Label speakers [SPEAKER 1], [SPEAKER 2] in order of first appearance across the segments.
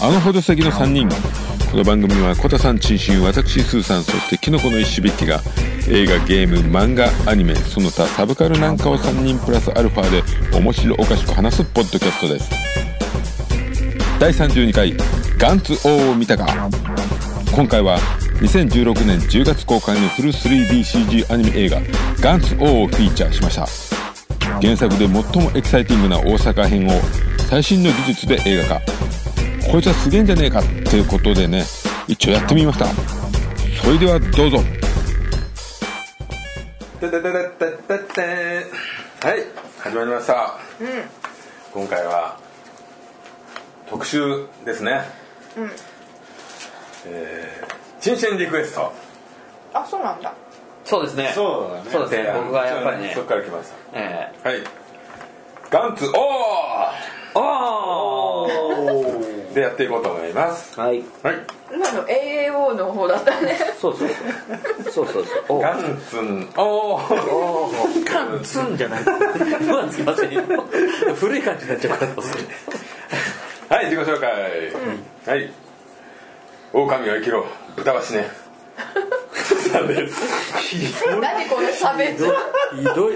[SPEAKER 1] あのほど先の3人この番組はコタさん陳心私スーさんそしてキノコの石べきが映画ゲーム漫画アニメその他サブカルなんかを3人プラスアルファで面白おかしく話すポッドキャストです第32回「ガンツ王を見たか」今回は2016年10月公開のフル 3DCG アニメ映画「ガンツ王」をフィーチャーしました原作で最もエキサイティングな大阪編を最新の技術で映画化こいつはすげえんじゃねえかっていうことでね一応やってみましたそれではどうぞ
[SPEAKER 2] てててててててーはい始まりました、今回は特集ですねえー新鮮リクエスト
[SPEAKER 3] あそうなんだ
[SPEAKER 4] そうですね。
[SPEAKER 5] そうだね
[SPEAKER 4] そうですね。僕がやっぱりね
[SPEAKER 2] そっ。から来まし
[SPEAKER 4] え
[SPEAKER 2] たはいガンツ
[SPEAKER 4] ー、お
[SPEAKER 2] オーでやっていこうと思います
[SPEAKER 4] ーはい。
[SPEAKER 2] はい
[SPEAKER 3] 今の AAO の方だった ね
[SPEAKER 4] そうそうそう。そうそうそう。 お
[SPEAKER 2] ガ
[SPEAKER 4] ー
[SPEAKER 2] ンツンオー
[SPEAKER 4] おーガンツンじゃない。不安つきませんよ。古い感じになっちゃうから。
[SPEAKER 2] はい自己紹介、はい狼は生きろ豚は死ねさんです
[SPEAKER 3] 何この差別
[SPEAKER 5] ひどい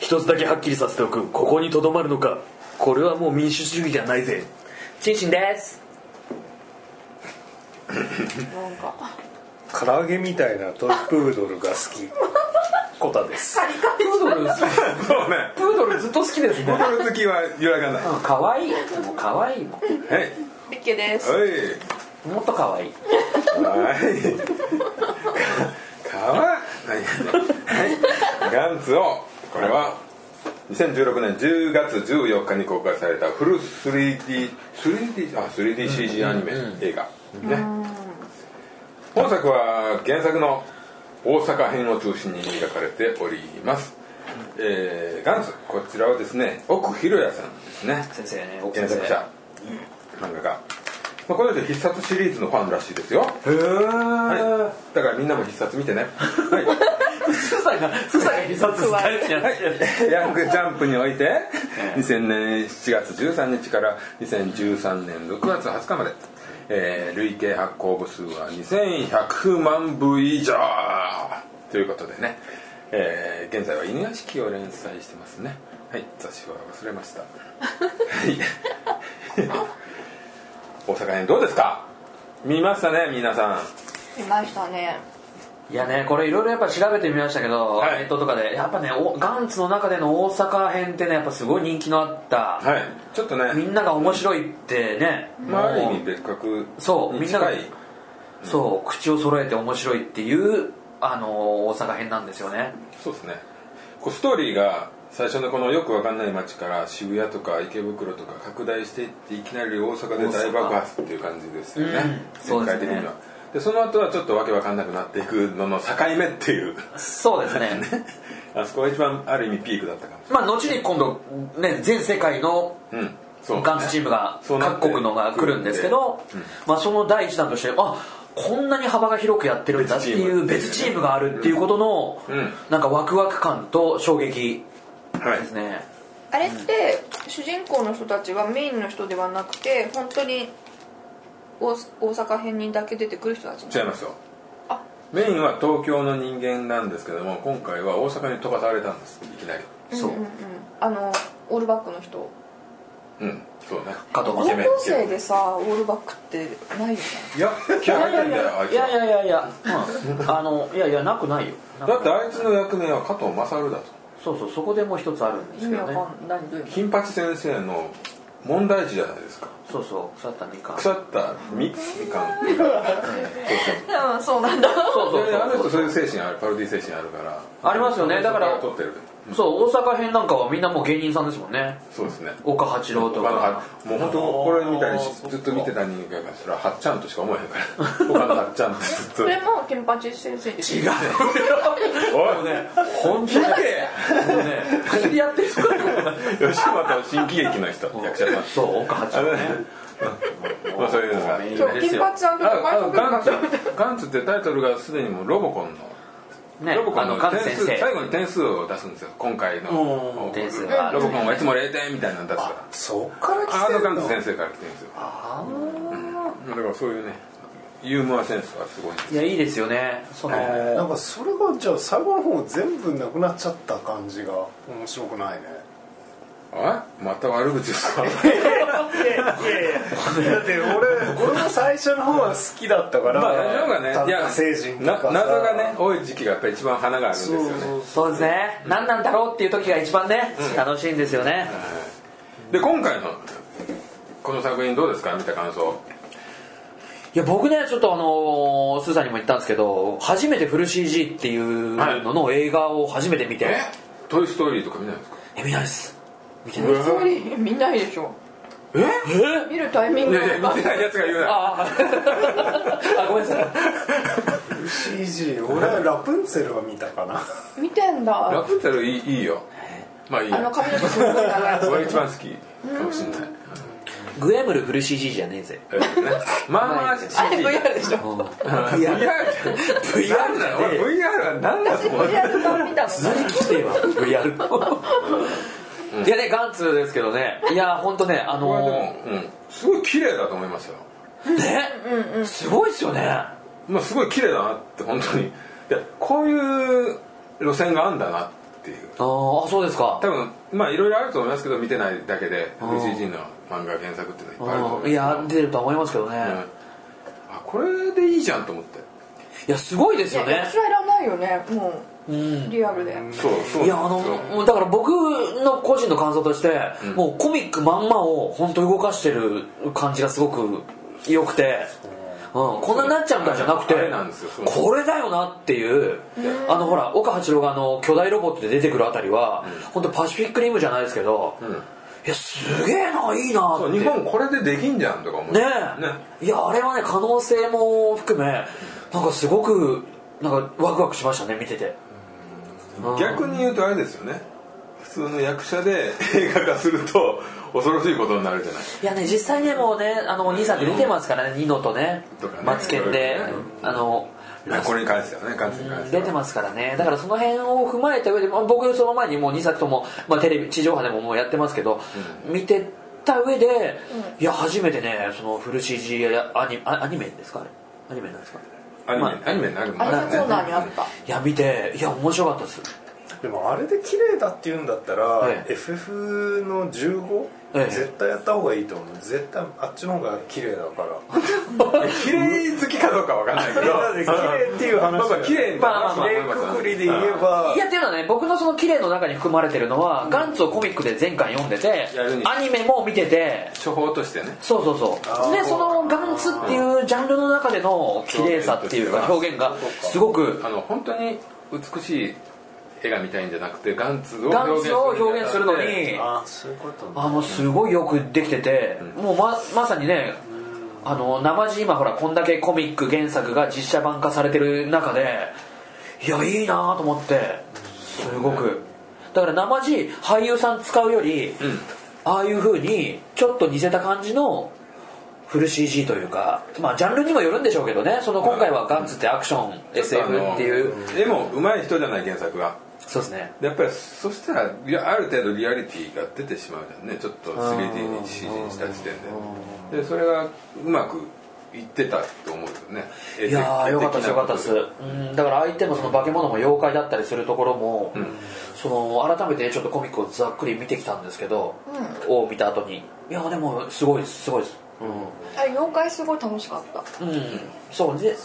[SPEAKER 5] 一つだけはっきりさせておくここにとどまるのかこれはもう民主主義じゃないぜ
[SPEAKER 4] チンシンです。
[SPEAKER 3] なんか
[SPEAKER 6] 唐揚げみたいなトイプードルが好 きコタです
[SPEAKER 2] そう ね
[SPEAKER 4] プードルずっと好きです
[SPEAKER 2] ボ
[SPEAKER 4] ね。
[SPEAKER 2] トル好きは揺らがない
[SPEAKER 4] うん可愛い。もう可愛いも
[SPEAKER 2] はい
[SPEAKER 3] ビッケです
[SPEAKER 2] おい
[SPEAKER 4] ん。もっと可愛い。
[SPEAKER 2] はいかかわはいはいガンツをこれは2016年10月14日に公開されたフル 3D3D あ 3DCG アニメ映画ね本作は原作の大阪編を中心に描かれておりますえーガンツこちらはですね奥弘也さんですね
[SPEAKER 4] 先生ね。奥
[SPEAKER 2] 原
[SPEAKER 4] 先生
[SPEAKER 2] 作。者漫画家、まあ、この人必殺シリーズのファンらしいですよ、
[SPEAKER 5] へえ、
[SPEAKER 2] はい、だからみんなも必殺見てね、は
[SPEAKER 4] スーさんがスーさんが自殺したやつじゃない。
[SPEAKER 2] い、ヤングジャンプにおいて2000年7月13日から2013年6月20日まで、えー累計発行部数は2100万部以上ということでね、えー現在は犬屋敷を連載してますねはい雑誌は忘れましたはい 大阪編どうですか見ましたね皆さん
[SPEAKER 3] いましたね
[SPEAKER 4] いやね、これいろいろやっぱ調べてみましたけど、
[SPEAKER 2] はい
[SPEAKER 4] ネットとかで、やっぱね、おガンツの中での大阪編ってね、やっぱすごい人気のあった、
[SPEAKER 2] はいちょっとね
[SPEAKER 4] みんなが面白いってね、
[SPEAKER 2] まあある意
[SPEAKER 4] もう
[SPEAKER 2] 味別格
[SPEAKER 4] そう
[SPEAKER 2] に
[SPEAKER 4] みんなが
[SPEAKER 2] 近い
[SPEAKER 4] そう、口を揃えて面白いっていう、あのー大阪編なんですよね。
[SPEAKER 2] そうですねこうストーリーが最初のこのよくわかんない街から渋谷とか池袋とか拡大していっていきなり大阪で大爆発っていう感じですよね
[SPEAKER 4] うんそうですね
[SPEAKER 2] 的にはでその後はちょっとわけわかんなくなっていくのの境目っていう
[SPEAKER 4] そうで すね。
[SPEAKER 2] あそこが一番ある意味ピークだったかもし
[SPEAKER 4] まあ、後に今度、ね、全世界の
[SPEAKER 2] れないうんそう
[SPEAKER 4] ガンツチームが、
[SPEAKER 2] そうなって
[SPEAKER 4] 各国のが来るんですけど、まあ、その第一弾として、あこんなに幅が広くやってるんだっていう別
[SPEAKER 2] 別
[SPEAKER 4] チームがあるっていうことの、
[SPEAKER 2] うん
[SPEAKER 4] なんかワクワク感と衝撃
[SPEAKER 2] はい
[SPEAKER 4] ですね。
[SPEAKER 3] あれって主人公の人たちはメインの人ではなくて本当に大大阪編にだけ出てくる人たち
[SPEAKER 2] 違いますよ
[SPEAKER 3] あ
[SPEAKER 2] メインは東京の人間なんですけども今回は大阪に飛ばされたんですいきなり
[SPEAKER 4] そう。
[SPEAKER 3] あのオールバックの人
[SPEAKER 2] うんそうね
[SPEAKER 4] かと思
[SPEAKER 3] 高
[SPEAKER 4] って
[SPEAKER 2] イケ
[SPEAKER 3] 校
[SPEAKER 2] メン
[SPEAKER 3] 生でさオールバックってないよね
[SPEAKER 2] いや気合入ってんだよあい
[SPEAKER 4] い
[SPEAKER 2] つは
[SPEAKER 4] やいやいやいや、うん、あのいやいやなくないよなく
[SPEAKER 2] だってあいつの役名は加藤勝だと
[SPEAKER 4] そうそうそこでもう一つあるんで
[SPEAKER 3] 意
[SPEAKER 4] す
[SPEAKER 3] 味
[SPEAKER 4] け
[SPEAKER 3] わ
[SPEAKER 4] どね
[SPEAKER 3] かんないどういう意味
[SPEAKER 2] 金八先生の問題児じゃないですか
[SPEAKER 4] そうそう腐ったみかんそう
[SPEAKER 2] 腐ったみみかんみかん
[SPEAKER 3] うんそうなんだ
[SPEAKER 4] そう
[SPEAKER 2] であの
[SPEAKER 4] そう
[SPEAKER 2] 人そういう精神あるパロディ精神あるから
[SPEAKER 4] ありますよねだから
[SPEAKER 2] 撮ってる
[SPEAKER 4] そう大阪編なんかはみんなもう芸人さんですもんね
[SPEAKER 2] そうですね
[SPEAKER 4] 岡八郎と
[SPEAKER 2] 他のは
[SPEAKER 4] か
[SPEAKER 2] もう本当これみたいにずっと見てた人間からしたらはっちゃんとしか思えへんから他のはっちゃんってずっ と
[SPEAKER 3] それも金八先生です
[SPEAKER 4] 違うよ
[SPEAKER 2] お
[SPEAKER 4] も
[SPEAKER 2] いう
[SPEAKER 4] ね本気でもうね薬やってる人
[SPEAKER 2] 吉本新喜劇の人役者さん
[SPEAKER 4] そう岡八郎ね
[SPEAKER 2] まあそういうのが
[SPEAKER 4] 名優
[SPEAKER 3] そう
[SPEAKER 4] です
[SPEAKER 3] 金
[SPEAKER 4] よ
[SPEAKER 3] 八さんと
[SPEAKER 2] あ
[SPEAKER 3] 高
[SPEAKER 2] あ
[SPEAKER 3] 橋
[SPEAKER 2] の
[SPEAKER 3] 君
[SPEAKER 2] ガン
[SPEAKER 3] が
[SPEAKER 2] ツガンツってタイトルがすでにもうロボコンの
[SPEAKER 4] ね
[SPEAKER 2] ロボコン
[SPEAKER 4] あ
[SPEAKER 2] の
[SPEAKER 4] のガン
[SPEAKER 2] 点数
[SPEAKER 4] 先生
[SPEAKER 2] 最後に点数を出すんですよ今回
[SPEAKER 4] うん
[SPEAKER 2] の
[SPEAKER 4] 点数が
[SPEAKER 2] ロボコンはいつも0点みたいなの出すから
[SPEAKER 6] そっから
[SPEAKER 2] ア
[SPEAKER 6] 来
[SPEAKER 2] ー
[SPEAKER 6] て
[SPEAKER 2] ト
[SPEAKER 6] る
[SPEAKER 2] カン
[SPEAKER 6] の
[SPEAKER 2] ト先生から来てるんですようんだからそういうねユーモアセンスはすごいんです
[SPEAKER 4] いやいいですよね その、
[SPEAKER 6] なんかそれがじゃあ最後の方全部なくなっちゃった感じが面白くないね
[SPEAKER 2] あまた悪口です か
[SPEAKER 6] だって俺俺も最初の方は好きだったから
[SPEAKER 2] まあ大丈夫がねいや
[SPEAKER 6] 成人と
[SPEAKER 2] な
[SPEAKER 6] かさ
[SPEAKER 2] 謎がね多い時期がやっぱり一番花があるんですよね
[SPEAKER 4] そうですね、何なんだろうっていう時が一番ね、楽しいんですよね、
[SPEAKER 2] で今回のこの作品どうですか見た感想
[SPEAKER 4] いや僕ねちょっとあのースーさんにも言ったんですけど初めてフル CG っていうのの映画を初めて見て、
[SPEAKER 2] えトイ・ストーリーとか見ないんですか
[SPEAKER 4] え見ないです見てないです
[SPEAKER 3] つまり見ないでしょ
[SPEAKER 2] え
[SPEAKER 3] 見るタイミン
[SPEAKER 2] い
[SPEAKER 3] グ
[SPEAKER 2] やいや見てないやつが言うな
[SPEAKER 4] あーあごめんなさい
[SPEAKER 6] CG 俺はラプンツェルは見たかな
[SPEAKER 3] 見てん
[SPEAKER 2] ラ
[SPEAKER 3] だ
[SPEAKER 2] プンツェルいいいいよまあいい
[SPEAKER 3] あの
[SPEAKER 2] や
[SPEAKER 3] 髪の毛すごい長い
[SPEAKER 2] 俺が一番好きかもしれない
[SPEAKER 4] グエムルフル CG じゃねえぜ
[SPEAKER 2] えっとねまあまあ CG
[SPEAKER 3] あれ VR でしょ
[SPEAKER 2] VR なんだよ俺 VR は何だと
[SPEAKER 3] 私
[SPEAKER 2] 思う
[SPEAKER 3] VR 版見たの
[SPEAKER 4] 来ては VR の いやねガンツですけどねいや本当ねあ
[SPEAKER 2] これで
[SPEAKER 4] の
[SPEAKER 2] も、うん、すごい綺麗だと思いますよ
[SPEAKER 4] ーねすごいですよね
[SPEAKER 2] まあすごい綺麗だなって本当にいやこういう路線があんだなっていう
[SPEAKER 4] あーあそうですか
[SPEAKER 2] 多分まあいろいろあると思いますけど見てないだけで
[SPEAKER 4] ん
[SPEAKER 2] VCG の漫画原作っていうのはいっぱいあると思うん
[SPEAKER 4] う
[SPEAKER 2] です
[SPEAKER 4] んい
[SPEAKER 2] けど
[SPEAKER 4] や出るとは思いますけどね、
[SPEAKER 2] うんあこれでいいじゃんと思って
[SPEAKER 4] いやすごいですよ
[SPEAKER 3] いや
[SPEAKER 4] ね
[SPEAKER 3] 私はいらないよねも
[SPEAKER 4] うん
[SPEAKER 3] うリアルで
[SPEAKER 2] そうそう
[SPEAKER 4] いやあ
[SPEAKER 2] なん
[SPEAKER 4] の
[SPEAKER 2] ですよ
[SPEAKER 4] もうだから僕の個人の感想として、もうコミックまんまを本当動かしてる感じがすごく良くて、うん、こんなになっちゃうんだじゃなくて
[SPEAKER 2] あれなんですよそう
[SPEAKER 4] これだよなっていうあのほら岡八郎があの巨大ロボットで出てくるあたりは、本当パシフィックリムじゃないですけど、いやすげえないいなって
[SPEAKER 2] そう日本これでできんじゃんとか思って
[SPEAKER 4] ねえいやあれはね可能性も含めなんかすごくなんかワクワクしましたね見ててうん
[SPEAKER 2] 逆に言うとあれですよね普通の役者で映画化すると恐ろしいことになるじゃない
[SPEAKER 4] いやね実際ねもうねあのお兄さんって出てますからねニノとね
[SPEAKER 2] とかね
[SPEAKER 4] マツケンで
[SPEAKER 2] いろいろね
[SPEAKER 4] あのラス
[SPEAKER 2] これに関してはね関に関して
[SPEAKER 4] 出
[SPEAKER 2] は
[SPEAKER 4] てますからねだからその辺を踏まえた上で、まあ、僕その前にもう2作とも、まあ、テレビ地上波でももうやってますけど、見てた上で、いや初めてねそのフル CG やアニアアニメですかあれアニメなんですか
[SPEAKER 2] アニメ、
[SPEAKER 4] ま
[SPEAKER 2] アニメになるもん
[SPEAKER 3] アニメコーナーにあっ
[SPEAKER 4] いや見ていや面白かったです
[SPEAKER 6] でもあれで綺麗だって言うんだったら、
[SPEAKER 4] ええ
[SPEAKER 6] FF の15、
[SPEAKER 4] ええ
[SPEAKER 6] 絶対やった方がいいと思う絶対あっちの方が綺麗だから
[SPEAKER 2] 綺麗好きかどうかわかん ないけど
[SPEAKER 6] 綺麗っていう話
[SPEAKER 2] まあまあ綺麗
[SPEAKER 4] まあまあまあ
[SPEAKER 6] 綺麗くくりで言えば
[SPEAKER 4] いやっていうのはね僕のその綺麗の中に含まれてるのは、ガンツをコミックで前回読んでて
[SPEAKER 2] やるに
[SPEAKER 4] アニメも見てて
[SPEAKER 2] 処方としてね
[SPEAKER 4] そうそうそうでそのガンツっていうジャンルの中での綺麗さっていうか表現がすごく
[SPEAKER 2] あの本当に美しい絵が見たいんじゃなくてガンツを
[SPEAKER 4] ガン
[SPEAKER 2] 表現す
[SPEAKER 4] ツ
[SPEAKER 2] る
[SPEAKER 4] を表現するの
[SPEAKER 2] に
[SPEAKER 4] に
[SPEAKER 6] あそういうことね
[SPEAKER 4] あもうすごいよくできてて、もうままさにねあの生地今ほらこんだけコミック原作が実写版化されてる中でいやいいなと思ってすごくだから生地俳優さん使うより、ああいう風にちょっと似せた感じのフル CG というかまあジャンルにもよるんでしょうけどねその今回はガンツってアクション、SF っていう
[SPEAKER 2] あの絵も上手い人じゃない原作が
[SPEAKER 4] そうですね
[SPEAKER 2] でやっぱりそしたらいやある程度リアリティが出てしまうじゃんねちょっと 3D に CG にした時点ででそれがうまくいってたと思うよね絵
[SPEAKER 4] い
[SPEAKER 2] 的
[SPEAKER 4] やーよかったですよかったです、
[SPEAKER 2] 絵的なこ
[SPEAKER 4] うん、だから相手のその化け物も妖怪だったりするところも、その改めてちょっとコミックをざっくり見てきたんですけど、を見た後にいやでもすごいですすごいです
[SPEAKER 3] あれ妖怪すごい楽しかった
[SPEAKER 4] うん、そうでうん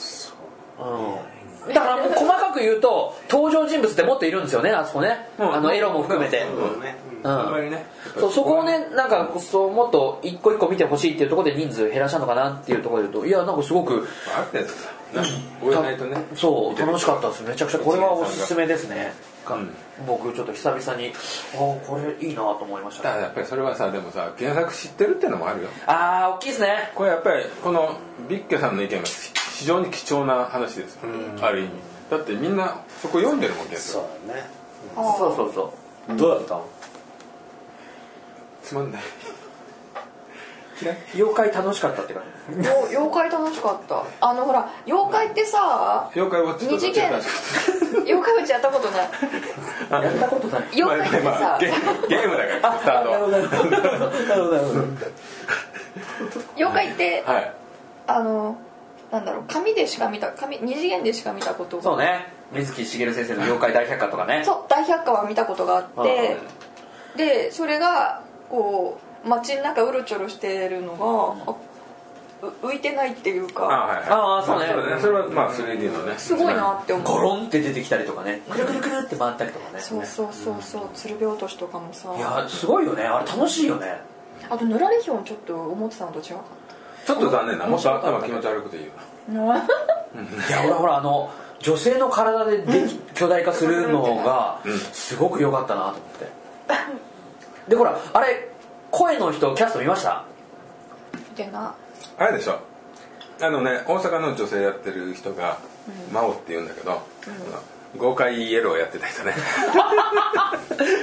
[SPEAKER 4] だからもう細かく言うと登場人物ってもっといるんですよねあそこね、
[SPEAKER 2] うん
[SPEAKER 4] あのエロも含めて、
[SPEAKER 2] とで
[SPEAKER 4] う
[SPEAKER 2] あんまり
[SPEAKER 4] ん
[SPEAKER 2] ね
[SPEAKER 4] そうそこをねなんかそうもっと一個一個見てほしいっていうところで人数減らしたのかなっていうところで言うといやなんかすごく
[SPEAKER 2] ある程度さなんか追えないとね
[SPEAKER 4] そう
[SPEAKER 2] 見てる
[SPEAKER 4] 楽しかったですめちゃくちゃこれはおすすめですね、
[SPEAKER 2] ん
[SPEAKER 4] 僕ちょっと久々にああこれいいなと思いまし
[SPEAKER 2] だ
[SPEAKER 4] た
[SPEAKER 2] からやっぱりそれはさでもさ原作知ってるってのもあるよ
[SPEAKER 4] ああ大きいですね
[SPEAKER 2] これやっぱりこのビッケさんの意見が非常に貴重な話ですよある意味だってみんなそこ読んでるもん原
[SPEAKER 6] そう
[SPEAKER 2] 作
[SPEAKER 6] だね
[SPEAKER 4] そうそうそう
[SPEAKER 6] どうだったの
[SPEAKER 2] つまんない
[SPEAKER 4] 妖怪楽しかったって感じ
[SPEAKER 3] よ妖怪楽しかったあのほら妖怪ってさ
[SPEAKER 2] 妖怪ウォッチ
[SPEAKER 3] 二次元
[SPEAKER 2] どっちが楽しかった
[SPEAKER 3] 妖怪打ちやったことない
[SPEAKER 4] やったことない
[SPEAKER 3] 妖怪ってさ、
[SPEAKER 2] まあゲゲームだからスター
[SPEAKER 4] なるほ
[SPEAKER 2] ト
[SPEAKER 4] どなるほどなるほどなるほど
[SPEAKER 3] 妖怪って、
[SPEAKER 2] はい
[SPEAKER 3] あのなんだろう紙でしか見た紙二次元でしか見たことが
[SPEAKER 4] そうね水木しげる先生の「妖怪大百科」とかね
[SPEAKER 3] そう大百科は見たことがあって
[SPEAKER 4] う
[SPEAKER 3] でそれがこう街の中うろちょろしてるのがあう浮いてないっていう
[SPEAKER 2] あ
[SPEAKER 3] か
[SPEAKER 2] はいはい
[SPEAKER 4] あーそうね
[SPEAKER 2] まあそれはまあ 3D のね
[SPEAKER 3] すごいなって
[SPEAKER 4] ん
[SPEAKER 3] 思
[SPEAKER 4] ゴ
[SPEAKER 3] う
[SPEAKER 4] ロンって出てきたりとかねくるくるくるって回ったりとかね
[SPEAKER 3] そうそうそうそう鶴瓶落としとかもさ
[SPEAKER 4] いやすごいよねあれ楽しいよね
[SPEAKER 3] あとぬられひょんちょっと思ってたのと違うか
[SPEAKER 2] ちょっと残念なもっと頭気持ち悪くていいよ
[SPEAKER 3] ない
[SPEAKER 4] や俺ほらあの女性の体ででき巨大化するのがすごく良かったなと思ってでほらあれ声の人キャスト見ました
[SPEAKER 3] みたいな
[SPEAKER 2] あれでしょあのね大阪の女性やってる人が、真央って言うんだけど、あの豪快イエローやってた人ね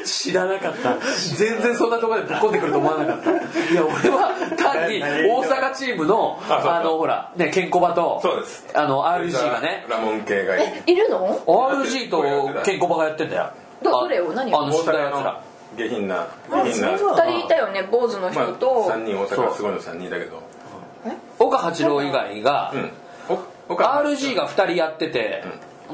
[SPEAKER 4] 知らなかった全然そんなところでぶっ込んでくると思わなかったいや俺は単に大阪チームの
[SPEAKER 2] あそう
[SPEAKER 4] あのほらねケンコバと
[SPEAKER 2] そうです
[SPEAKER 4] あの RG がね
[SPEAKER 2] ラモン系がいる
[SPEAKER 3] えいるの
[SPEAKER 4] RG とケンコバがやってんだよ
[SPEAKER 3] どどれを何を
[SPEAKER 4] あ
[SPEAKER 2] 大
[SPEAKER 4] の死んだや
[SPEAKER 2] 阪
[SPEAKER 4] つら
[SPEAKER 2] の下品な下品な
[SPEAKER 4] そう
[SPEAKER 3] 二人いたよね坊主の
[SPEAKER 2] ま
[SPEAKER 3] 人
[SPEAKER 2] あ
[SPEAKER 3] と、
[SPEAKER 2] 3人大阪すごいの3人だけど
[SPEAKER 4] 岡八郎以外が
[SPEAKER 2] うんおお母さん
[SPEAKER 4] RG が2人やってて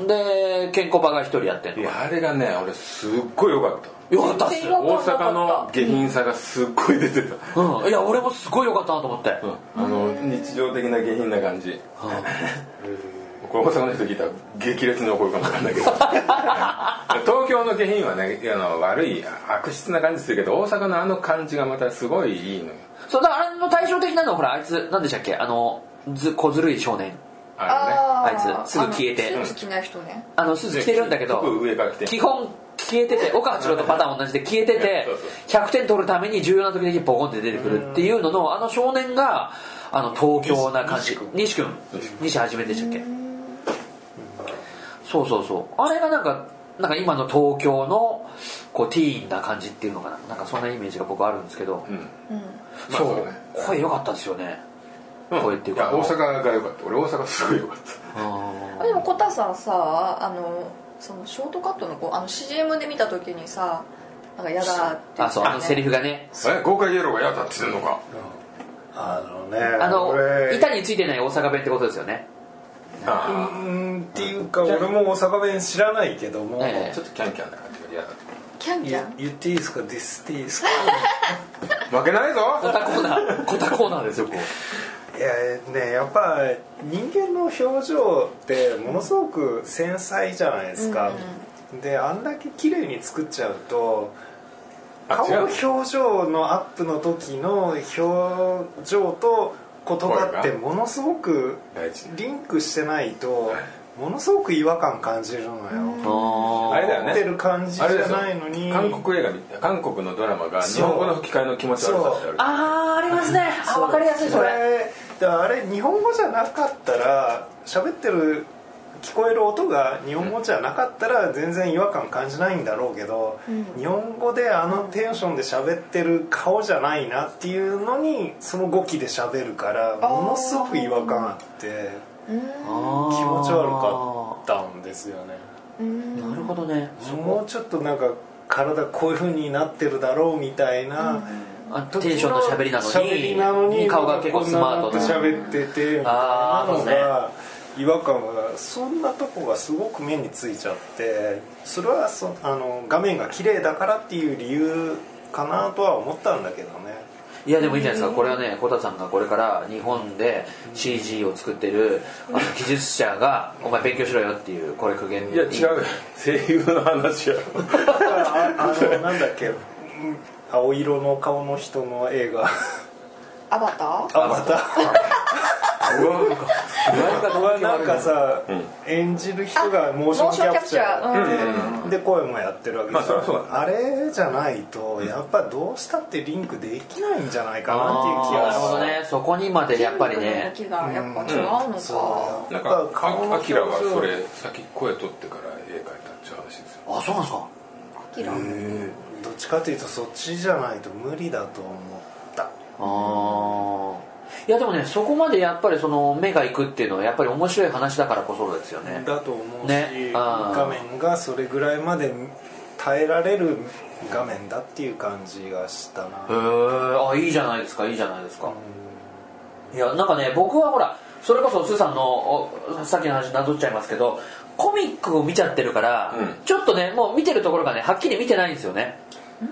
[SPEAKER 4] でケンコバが1人やってん
[SPEAKER 2] い
[SPEAKER 4] の
[SPEAKER 2] やあれがね俺すっごい良かった
[SPEAKER 4] よかったっす
[SPEAKER 3] 全然
[SPEAKER 2] 大
[SPEAKER 3] わかんなか
[SPEAKER 2] 阪
[SPEAKER 3] った
[SPEAKER 2] の下品さがすっごい出てた、
[SPEAKER 4] うん、いや俺もすごい良かったなと思って、
[SPEAKER 2] あの日常的な下品な感じこれ大阪の人聞いたら激烈に怒るかもわかんない けど東京の下品はねあの悪い悪質な感じするけど大阪のあの感じがまたすごいいいのよ
[SPEAKER 4] そうだからあれの対照的なのはほらあいつ何でしたっけあのず小ずるい少年
[SPEAKER 2] あ
[SPEAKER 3] あ
[SPEAKER 4] あいつすぐ消えて
[SPEAKER 3] のスーツ着ない人ね
[SPEAKER 4] あのスー
[SPEAKER 2] れね
[SPEAKER 4] ツ着てるんだけど
[SPEAKER 2] 服上から着て
[SPEAKER 4] 基本消えてて岡八郎とパターン同じで消えてて
[SPEAKER 2] そうそう
[SPEAKER 4] 100点取るために重要な時だけボコンって出てくるっていうののあの少年があの東京な感じ西君西はじめでしたっけそうそうそうあれがなんかなんか今の東京のこうティーンな感じっていうのかななんかそんなイメージが僕あるんですけど、
[SPEAKER 2] うんまあ
[SPEAKER 4] そう,、
[SPEAKER 2] そうね
[SPEAKER 4] 声良かったですよね、
[SPEAKER 2] うん
[SPEAKER 4] 声っていう
[SPEAKER 2] いや
[SPEAKER 4] か
[SPEAKER 2] 大阪が良かった俺大阪すごい良かっ
[SPEAKER 4] あ
[SPEAKER 3] あでもコタさんさあのそのショートカットの子あの CM で見た時にさなんか嫌だって
[SPEAKER 4] ーあそうあのセリ
[SPEAKER 3] フ
[SPEAKER 4] フがね
[SPEAKER 2] たえ豪快イエローが嫌だって言ってんのか
[SPEAKER 6] あのね
[SPEAKER 4] あの
[SPEAKER 6] 俺
[SPEAKER 4] 板についてない大阪弁ってことですよね
[SPEAKER 2] あ
[SPEAKER 6] うんっていうか俺も大阪弁知らないけども、
[SPEAKER 4] え
[SPEAKER 2] あちょっとキャンキャンな感じが嫌だった
[SPEAKER 3] キャンキ
[SPEAKER 6] 言
[SPEAKER 3] ャン
[SPEAKER 6] 言っていいですかディスっていいですか
[SPEAKER 2] 負けないぞ
[SPEAKER 4] コタコーナーコタコーナーですよこう
[SPEAKER 6] いやねやっぱ人間の表情ってものすごく繊細じゃないですか、であんだけ綺麗に作っちゃうと
[SPEAKER 2] あ
[SPEAKER 6] 顔の
[SPEAKER 2] 違う
[SPEAKER 6] 表情のアップの時の表情と言葉って
[SPEAKER 2] 声が
[SPEAKER 6] ものすごく
[SPEAKER 2] 大事
[SPEAKER 6] リンクしてないとものすごく違和感感じるのよ、
[SPEAKER 2] あれだよ
[SPEAKER 6] 思
[SPEAKER 2] ね
[SPEAKER 6] ってる感じじ
[SPEAKER 2] あ
[SPEAKER 6] ゃ
[SPEAKER 2] れですよ
[SPEAKER 6] ないのに
[SPEAKER 2] 韓国映画み韓国のドラマが日本語の吹き替えの気持ち悪さってある
[SPEAKER 4] あーありますねあわかりやすいそれ
[SPEAKER 6] だからあれ日本語じゃなかったら喋ってる聞こえる音が日本語じゃなかったら全然違和感感じないんだろうけど、日本語であのテンションで喋ってる顔じゃないなっていうのにその語気で喋るからものすごく違和感あって
[SPEAKER 4] 気
[SPEAKER 6] 気持
[SPEAKER 4] 持
[SPEAKER 6] ち悪かったんですよね
[SPEAKER 4] なるほどね
[SPEAKER 6] もうちょっとなんか体こういう風になってるだろうみたいな、
[SPEAKER 4] あテンションの喋りなのに
[SPEAKER 6] 喋りなのに
[SPEAKER 4] 顔が結構スマート
[SPEAKER 6] こんな
[SPEAKER 4] な
[SPEAKER 6] こと喋っててみたいな
[SPEAKER 4] あー
[SPEAKER 6] のが違和感がそんなとこがすごく目についちゃってそれはそあの画面が綺麗だからっていう理由かなとは思ったんだけどね
[SPEAKER 4] いやでもいいじゃないですかこれはねコタさんがこれから日本で CG を作ってるあの技術者がお前勉強しろよっていうこれ苦言
[SPEAKER 2] いや違うよ声優の話やろ
[SPEAKER 6] ああのなんだっけうん青色の顔の人の映画
[SPEAKER 3] アバター
[SPEAKER 6] あまた
[SPEAKER 4] なんかどう
[SPEAKER 6] なんかさ、演じる人がモーションキャプチャ
[SPEAKER 3] モーションキャプチャー
[SPEAKER 6] ーで,、で声もやってるわけ
[SPEAKER 2] まあそりゃそう
[SPEAKER 6] あれじゃないとやっぱどうしたってリンクできないんじゃないかなっていう気
[SPEAKER 4] な
[SPEAKER 6] が
[SPEAKER 4] るほ
[SPEAKER 6] し
[SPEAKER 4] ど
[SPEAKER 6] て。
[SPEAKER 4] ねそこにまでやっぱりね
[SPEAKER 3] 筋肉の動きがやっぱ違うのか
[SPEAKER 6] そう
[SPEAKER 2] なん
[SPEAKER 6] やっ
[SPEAKER 2] か
[SPEAKER 6] ぱ顔の
[SPEAKER 2] あ
[SPEAKER 6] 表
[SPEAKER 2] き
[SPEAKER 6] 情
[SPEAKER 2] らがそれ先声取ってから絵描いたっていう話ですよ
[SPEAKER 4] あそうなんですか
[SPEAKER 3] アキラ
[SPEAKER 6] どっちかというとそっちじゃないと無理だと思った
[SPEAKER 4] ああいやでもねそこまでやっぱりその目がいくっていうのはやっぱり面白い話だからこそですよね
[SPEAKER 6] だと思うし、
[SPEAKER 4] ねあー
[SPEAKER 6] 画面がそれぐらいまで耐えられる画面だっていう感じがしたな、
[SPEAKER 4] へえあいいじゃないですかいいじゃないですか、いやなんかね僕はほらそれこそスーさんのおさっきの話になぞっちゃいますけどコミックを見ちゃってるから、
[SPEAKER 2] うん
[SPEAKER 4] ちょっとねもう見てるところがねはっきり見てないんですよね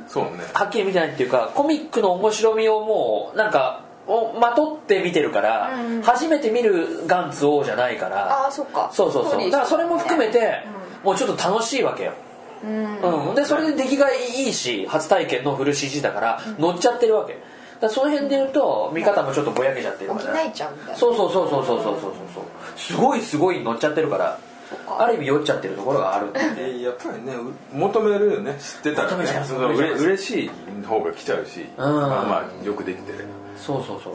[SPEAKER 2] そうね
[SPEAKER 4] はっきり見てないっていうかコミックの面白みをもうなんかをまとって見てるから、
[SPEAKER 3] うんうん
[SPEAKER 4] 初めて見るガンツ王じゃないから
[SPEAKER 3] ああそっか
[SPEAKER 4] そうそうそうだからそれも含めて、もうちょっと楽しいわけよ、
[SPEAKER 3] うん
[SPEAKER 4] うん、でそれで出来がいいし初体験のフル CG だから乗っちゃってるわけだからその辺で言うと見方もちょっとぼやけちゃってる
[SPEAKER 3] 補
[SPEAKER 4] か
[SPEAKER 3] え
[SPEAKER 4] ら
[SPEAKER 3] ちゃうんだよ
[SPEAKER 4] そうそうそうそうそうそうそうそうすごいすごい乗っちゃってるから
[SPEAKER 3] か
[SPEAKER 4] ある意味酔っちゃってるところがあるんで
[SPEAKER 2] えーやっぱりねう求めるよね知ってたら
[SPEAKER 4] 求めちゃいま
[SPEAKER 2] ね
[SPEAKER 4] す
[SPEAKER 2] そのう
[SPEAKER 4] 求めち
[SPEAKER 2] れ
[SPEAKER 4] ゃいます
[SPEAKER 2] 嬉しい方が来ちゃうし、まあまあよくできてる
[SPEAKER 4] そうそうそう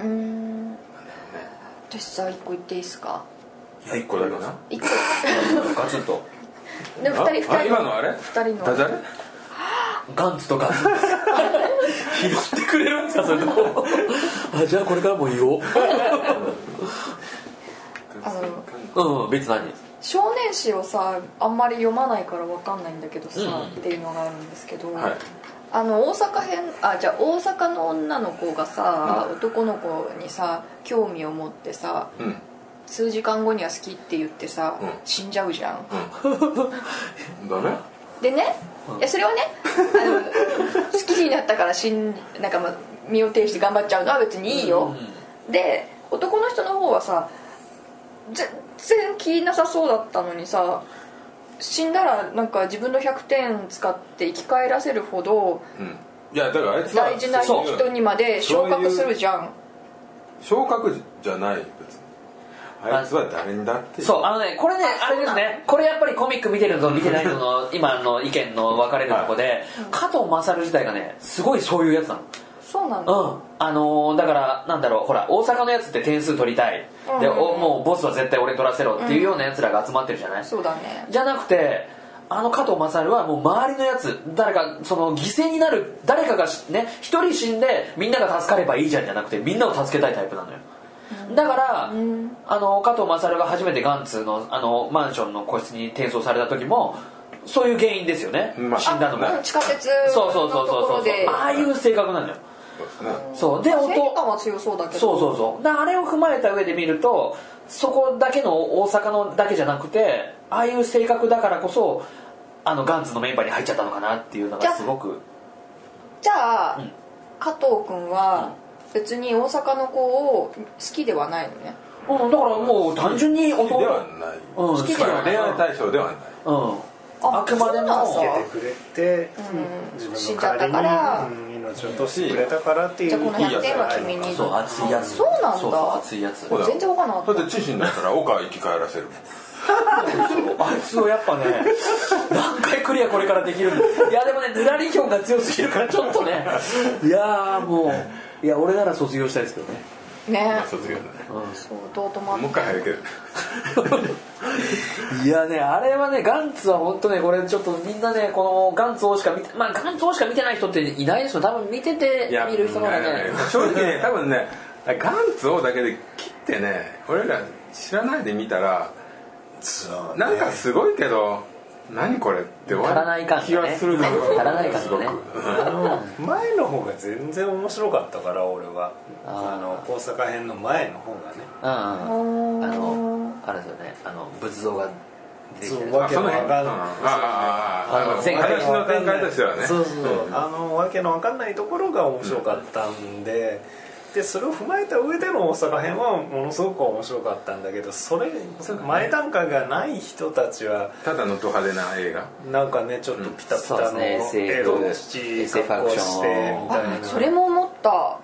[SPEAKER 3] うーん私さ1個言っていいですか
[SPEAKER 2] いや一個だけな
[SPEAKER 3] 1個
[SPEAKER 4] ガツンと
[SPEAKER 3] でも2人
[SPEAKER 2] ああ
[SPEAKER 3] 2人
[SPEAKER 2] 今のあれ
[SPEAKER 3] 二人の
[SPEAKER 2] ダジャレ
[SPEAKER 4] ガンツと ガツンです拾ってくれるんですかそれとも あじゃあこれからも言おう
[SPEAKER 3] あの
[SPEAKER 4] うん別に何
[SPEAKER 3] 少年誌をさあんまり読まないからわかんないんだけどさ、
[SPEAKER 4] うん
[SPEAKER 3] っていうのがあるんですけど、
[SPEAKER 2] はい
[SPEAKER 3] あの大阪編あじゃあ大阪の女の子がさ、男の子にさ興味を持ってさ
[SPEAKER 2] うん
[SPEAKER 3] 数時間後には好きって言ってさ、
[SPEAKER 2] うん
[SPEAKER 3] 死んじゃうじゃん
[SPEAKER 2] だね
[SPEAKER 3] でねいやそれをねあの好きになったから死んなんか、まあ、身を挺して頑張っちゃうのは別にいいよ、で男の人の方はさ全然気なさそうだったのにさ死んだらなんか自分の100点使って生き返らせるほど
[SPEAKER 2] うんいやだからあいつは
[SPEAKER 3] 大事な
[SPEAKER 2] そう
[SPEAKER 3] 人にまで昇格するじゃん
[SPEAKER 2] 昇格じゃないよ別にあいつは誰にだって
[SPEAKER 4] そうあのねこれねあれですねこれやっぱりコミック見てるのと見てないのの今の意見の分かれるとこで、加藤勝自体がねすごいそういうやつなの
[SPEAKER 3] そうなんだ
[SPEAKER 4] うんあのーだからなんだろうほら大阪のやつって点数取りたい、で
[SPEAKER 3] うんうん
[SPEAKER 4] おもうボスは絶対俺取らせろっていうようなやつらが集まってるじゃない、
[SPEAKER 3] そうだね
[SPEAKER 4] じゃなくてあの加藤勝はもう周りのやつ誰かその犠牲になる誰かがしね一人死んでみんなが助かればいいじゃんじゃなくてみんなを助けたいタイプなのよだから、
[SPEAKER 3] ん
[SPEAKER 4] あの加藤勝が初めてガンツのあのマンションの個室に転送された時もそういう原因ですよね、
[SPEAKER 2] まあ
[SPEAKER 4] 死んだの
[SPEAKER 2] あ
[SPEAKER 4] が
[SPEAKER 3] うん地下鉄
[SPEAKER 4] そうそ
[SPEAKER 3] の
[SPEAKER 4] うそ
[SPEAKER 3] と
[SPEAKER 4] うそう
[SPEAKER 3] こ
[SPEAKER 4] そ
[SPEAKER 3] ろ
[SPEAKER 4] う
[SPEAKER 3] で
[SPEAKER 4] ああいう性格なんだよ
[SPEAKER 2] そうですね
[SPEAKER 4] そうで
[SPEAKER 3] 正義
[SPEAKER 4] 音
[SPEAKER 3] 感は強そうだけど
[SPEAKER 4] そうそうそうだからあれを踏まえた上で見るとそこだけの大阪のだけじゃなくてああいう性格だからこそあのガンツのメンバーに入っちゃったのかなっていうのがすごく
[SPEAKER 3] じゃあ、
[SPEAKER 4] ん
[SPEAKER 3] 加藤君は別に大阪の子を好きではないのね
[SPEAKER 4] うんだからもう単純に
[SPEAKER 2] 好きでは
[SPEAKER 4] 弟
[SPEAKER 2] ない
[SPEAKER 4] うん好きではない
[SPEAKER 2] 恋愛対象ではない
[SPEAKER 4] うん
[SPEAKER 3] あ
[SPEAKER 4] あくまでも
[SPEAKER 3] そうなんだ
[SPEAKER 6] 助けてくれて、
[SPEAKER 3] うん
[SPEAKER 6] 自分の代わり
[SPEAKER 3] 死んじゃったから
[SPEAKER 6] に、うん、命を落としてくれたからっていう
[SPEAKER 3] じゃあこの100点は君に
[SPEAKER 4] そう熱いやつ
[SPEAKER 3] そうなんだ
[SPEAKER 4] そうそう熱いやつ
[SPEAKER 2] そうだよ
[SPEAKER 3] 全然わかんなか
[SPEAKER 2] だ
[SPEAKER 3] っ
[SPEAKER 2] って知識になったら岡は生き返らせるもん
[SPEAKER 4] あいつをやっぱ ね何回クリアこれからできるんだいやでもねぬらりひょんが強すぎるからちょっとねいやーもういや俺なら卒業したいですけどね
[SPEAKER 3] たね
[SPEAKER 2] 卒業だね
[SPEAKER 3] そう弟もあっ
[SPEAKER 2] もう一回入るけど
[SPEAKER 4] いやねあれはねガンツは本当ねこれちょっとみんなねこのガンツをしか見てまあガンツをしか見てない人っていないですよ多分見てて見る人の方が
[SPEAKER 2] いやい
[SPEAKER 4] ね
[SPEAKER 2] やいや正直ね多分ねガンツをだけで切ってね俺ら知らないで見たら
[SPEAKER 6] そう
[SPEAKER 2] なんかすごいけど何これって終わ
[SPEAKER 4] 足らない感
[SPEAKER 2] 気
[SPEAKER 4] が
[SPEAKER 2] は
[SPEAKER 4] ね
[SPEAKER 2] するのよ
[SPEAKER 4] 足らない感がね
[SPEAKER 6] あの前の方が全然面白かったから俺は
[SPEAKER 4] あー
[SPEAKER 6] あの大阪編の前の方がね
[SPEAKER 4] うんうんあ
[SPEAKER 3] お
[SPEAKER 4] のあれですよねあの仏像が出てきて
[SPEAKER 6] そう
[SPEAKER 4] る
[SPEAKER 6] わけのわかんな
[SPEAKER 2] ああ
[SPEAKER 6] い
[SPEAKER 2] あああ
[SPEAKER 4] あの
[SPEAKER 2] あ話の展開としてはね
[SPEAKER 6] そうそう、あのわけのわかんないところが面白かったんで、でそれを踏まえた上での大阪編はものすごく面白かったんだけどそれ前段階がない人たちは
[SPEAKER 2] ただのド派手な映画
[SPEAKER 6] なんかねちょっとピタピ
[SPEAKER 4] うん
[SPEAKER 6] タ
[SPEAKER 4] そう
[SPEAKER 6] の
[SPEAKER 4] ですね
[SPEAKER 6] エロを父
[SPEAKER 4] SF
[SPEAKER 6] 格好してみたいな
[SPEAKER 3] あそれも思った